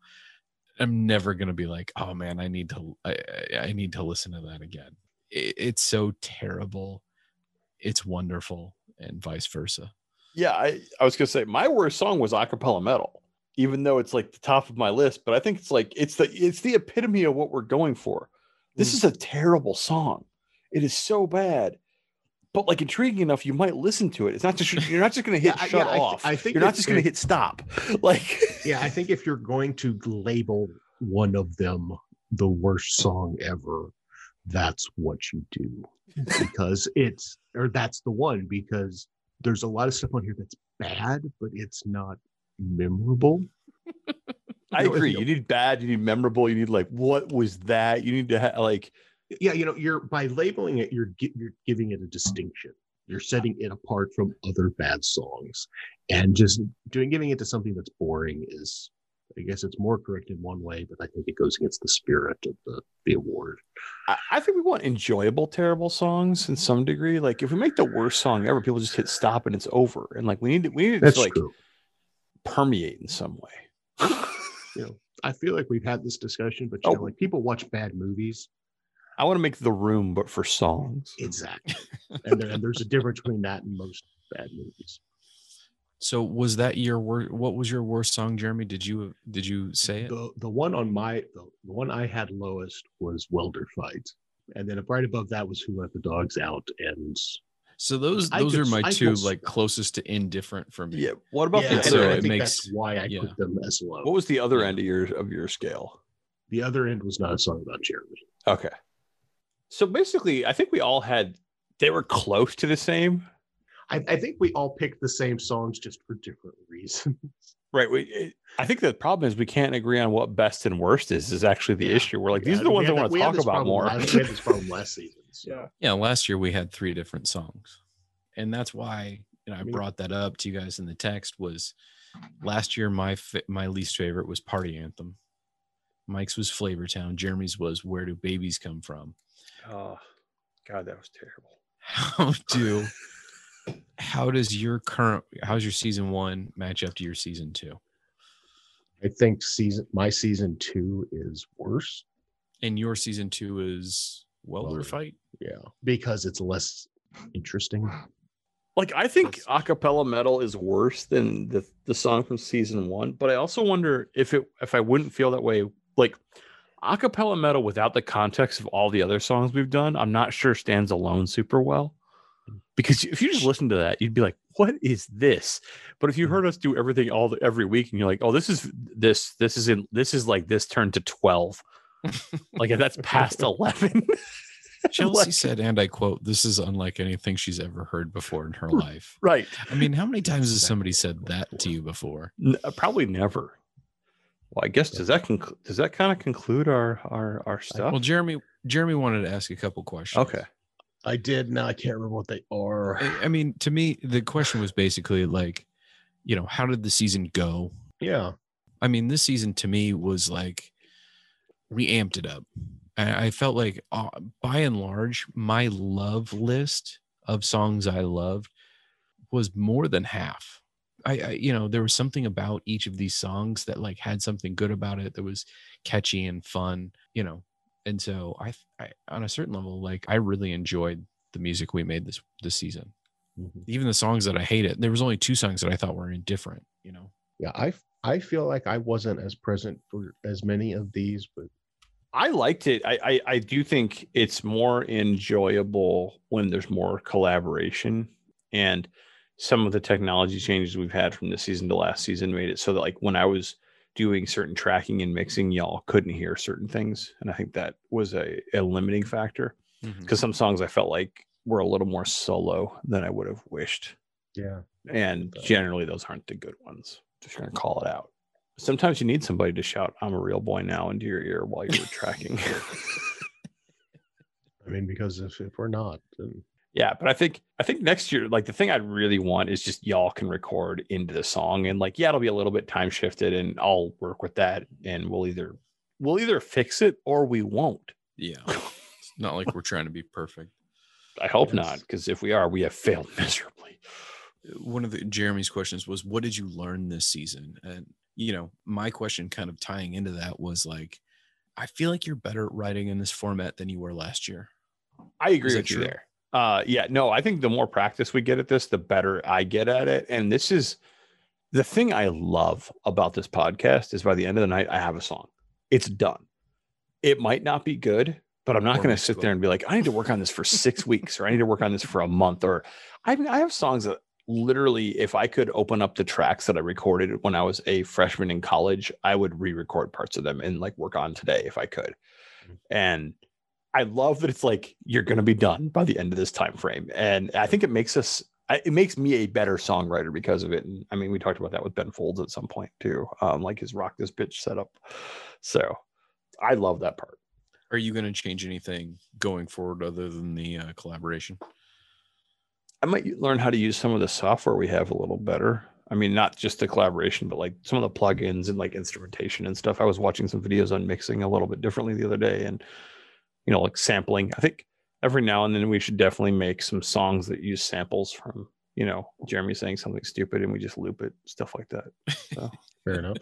I'm never going to be like, oh man, I need to, I, I- I need to listen to that again. It, it's so terrible. It's wonderful and vice versa.
Yeah, I, I was gonna say my worst song was acapella metal, even though it's like the top of my list. But I think it's like it's the it's the epitome of what we're going for. This
Mm.
is a terrible song. It is so bad, but like intriguing enough, you might listen to it. It's not just you're not just gonna hit
Yeah, I-
shut
yeah, I th-
off.
I think
you're not
it's
just gonna
good.
hit stop. Like
yeah, I think if you're going to label one of them the worst song ever, that's what you do because it's or that's the one because there's a lot of stuff on here that's bad, but it's not memorable.
I
No, if
agree.
you-
You need bad. You need memorable. You need like what was that? You need to ha- like
yeah you know you're by labeling it you're gi- you're giving it a distinction you're setting it apart from other bad songs and just doing giving it to something that's boring is i guess it's more correct in one way but i think it goes against the spirit of the the award
I, I think we want enjoyable, terrible songs in some degree. Like if we make the worst song ever, people just hit stop and it's over. And like we need to, we need it
That's
to like
true.
permeate in some way.
you know i feel like we've had this discussion but you
Oh.
know like people watch bad movies
I want to make the room, but for songs.
exactly and, there, and there's a difference between that and most bad movies
So was that your worst? What was your worst song, Jeremy? Did you did you say it?
the the one on my the, the one I had lowest was Welder Fight, and then right above that was Who Let the Dogs Out, and
So those
I
those
could-
are my
I
two
could-
like closest to indifferent for me.
Yeah. What about
Yeah,
the
so
other
I
end?
think that's why I put them as low.
What was the other end of your of your scale?
The other end was not a song about Jeremy.
Okay. So basically, I think we all had they were close to the same.
I, I think we all picked the same songs just for different reasons.
Right. We, it- I think the problem is we can't agree on what best and worst is. Is actually the issue. We're like these are the
We
ones I
had
want
that- we
to
had
talk
this
about
problem
more.
Last, we had this problem last season. So. Yeah.
Yeah, last year we had three different songs. And that's why you know I
mean-
brought that up to you guys in the text was last year my fa- my least favorite was Party Anthem. Mike's was Flavortown, Jeremy's was Where Do Babies Come From.
Oh, God, that was terrible.
How do how does your current how's your season 1 match up to your season 2?
I think season my season two is worse.
And your season 2 is Welder Fight?
Yeah, because it's less interesting.
Like I think acapella metal is worse than the the song from season one, but I also wonder if it if I wouldn't feel that way. Like acapella metal without the context of all the other songs we've done, I'm not sure stands alone super well. Because if you just listen to that, you'd be like, "What is this?" But if you heard us do everything all the, every week, and you're like, "Oh, this is this this is in this is like this turned to twelve, like if that's past eleven,
Chelsea
Like-
said, and I quote, this is unlike anything she's ever heard before in her life.
right?
I mean, how many times has somebody said that to you before?
N- uh, probably never. Well, I guess does that conclu- does that kind of conclude our our our stuff?
Well, Jeremy, Jeremy wanted to ask a couple questions.
okay.
I did. Now I can't remember what they are.
I I mean, to me, the question was basically like, you know, how did the season go?
Yeah.
I mean, this season to me was like we amped it up. I, I felt like, uh, by and large, my love list of songs I loved was more than half. I, I, you know, there was something about each of these songs that like had something good about it that was catchy and fun, you know. And so I, I on a certain level, like I really enjoyed the music we made this this season. Even the songs that I hated, there was only two songs that I thought were indifferent. You know,
Yeah, I f- I feel like I wasn't as present for as many of these, but
I liked it. I, I I do think it's more enjoyable when there's more collaboration and some of the technology changes we've had from this season to last season made it so that like when I was doing certain tracking and mixing, y'all couldn't hear certain things, and I think that was a, a limiting factor because some songs I felt like were a little more solo than I would have wished.
yeah,
and generally those aren't the good ones. Just gonna call it out. Sometimes you need somebody to shout, "I'm a real boy now" into your ear while you're tracking.
I mean, because if, if we're not, then
yeah, but I think I think next year, like the thing I'd really want is just y'all can record into the song, and like yeah, it'll be a little bit time shifted, and I'll work with that, and we'll either we'll either fix it or we won't.
Yeah. It's not like we're trying to be perfect.
I hope not, because if we are, we have failed miserably.
One of the Jeremy's questions was, "What did you learn this season?" And you know, my question, kind of tying into that, was like, "I feel like you're better at writing in this format than you were last year."
I agree
Is that
with you
true?
there. Uh, yeah, no, I think the more practice we get at this, the better I get at it. And this is the thing I love about this podcast is by the end of the night, I have a song. It's done. It might not be good, but I'm not
Or
going to
it's
sit
good.
there and be like, I need to work on this for six weeks, or I need to work on this for a month, or I mean, I have songs that literally, if I could open up the tracks that I recorded when I was a freshman in college, I would re-record parts of them and like work on today if I could.
Mm-hmm.
And I love that it's like you're going to be done by the end of this time frame, and I think it makes us. I- It makes me a better songwriter because of it. And I mean, we talked about that with Ben Folds at some point too, um, like his rock this bitch setup. So I love that part.
Are you going to change anything going forward other than the uh, collaboration?
I might learn how to use some of the software we have a little better. I mean, not just the collaboration, but like some of the plugins and like instrumentation and stuff. I was watching some videos on mixing a little bit differently the other day and, you know, like sampling. I think every now and then we should definitely make some songs that use samples from, you know, Jeremy saying something stupid and we just loop it, stuff like that. So,
Fair enough.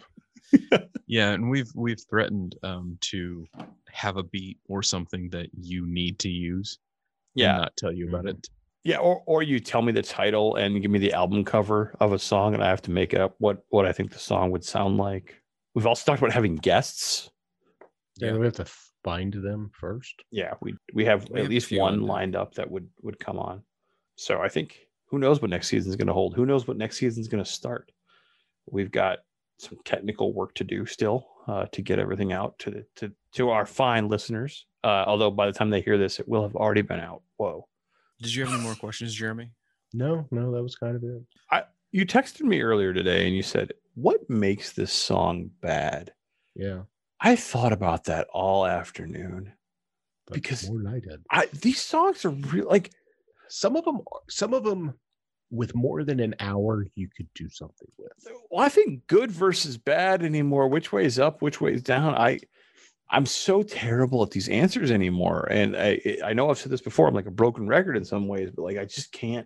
Yeah, and we've we've threatened um, to have a beat or something that you need to use. and
yeah.
not tell you about
Mm-hmm.
it.
Yeah, or or you tell me the title and give me the album cover of a song, and I have to make up what what I think the song would sound like. We've also talked about having guests.
Yeah, we have to find them first.
Yeah, we we have
We
at
have a
least
few
one
on there.
lined up that would would come on. So I think who knows what next season's going to hold? Who knows what next season's going to start? We've got some technical work to do still uh, to get everything out to the, to to our fine listeners. Uh, although by the time they hear this, it will have already been out. Whoa.
Did you have any more questions, Jeremy?
No, no, that was kind of it.
you texted me earlier today and you said, What makes this song bad?
Yeah,
I thought about that all afternoon.
but
Because-
more than I did.
I, these songs are real, like,
Some of them, some of them, with more than an hour, you could do something with.
well, I think good versus bad anymore. Which way is up? Which way is down? I, I'm so terrible at these answers anymore. And I, I know I've said this before. I'm like a broken record in some ways, but like, I just can't.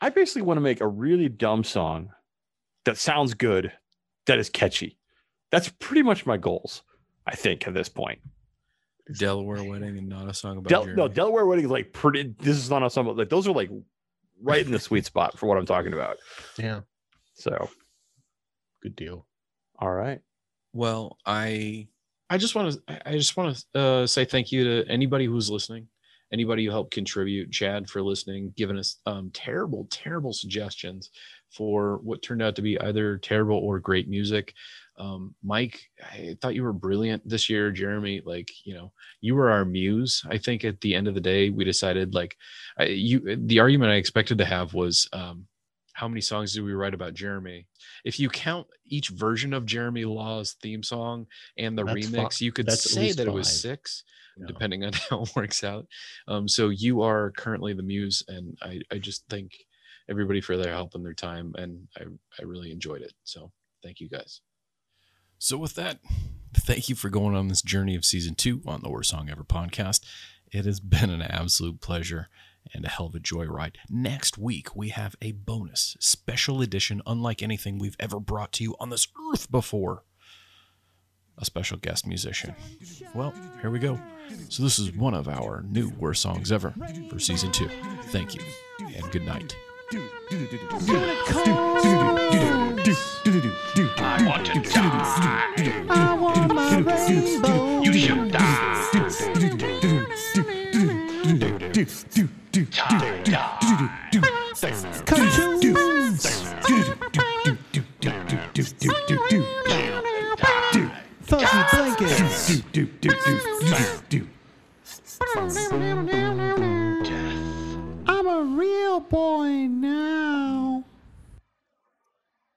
I basically want to make a really dumb song that sounds good, that is catchy. That's pretty much my goals, I think, at this point.
Delaware wedding and not a song about
Del-
Jeremy.
no, Delaware Wedding is like pretty. This is not on some like those are like right in the sweet spot for what I'm talking about.
Yeah,
So,
good deal.
all right,
Well, I I just want to I just want to uh, say thank you to anybody who's listening, anybody who helped contribute. Chad for listening, giving us um, terrible, terrible suggestions for what turned out to be either terrible or great music. Um, Mike, I thought you were brilliant this year. Jeremy, like you know, you were our muse. I think at the end of the day, we decided like I, you. The argument I expected to have was. Um, how many songs did we write about Jeremy? If you count each version of Jeremy Law's theme song and the
That's fi-
remix, you could
that's at
say
least
that it was
five.
six,
Yeah.
depending on how it works out. Um, so you are currently the muse, and I, I just thank everybody for their help and their time, and I, I really enjoyed it. So thank you guys. So with that, thank you for going on this journey of season two on the Worst Song Ever podcast. It has been an absolute pleasure and a hell of a joyride. Next week, we have a bonus special edition, unlike anything we've ever brought to you on this earth before. A special guest musician. Well, here we go. So, this is one of our new Worst Songs Ever for season two. Thank you and good night.
I want to die. I want my rainbow. You should die. Fuzzy blankets. I'm a real boy now.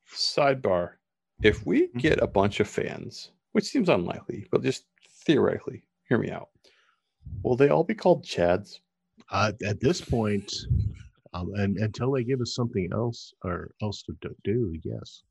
sidebar. If we get a bunch of fans, which seems unlikely, but just theoretically, hear me out. Will they all be called Chads?
Uh, at this point, um, and until they give us something else or else to do, do yes.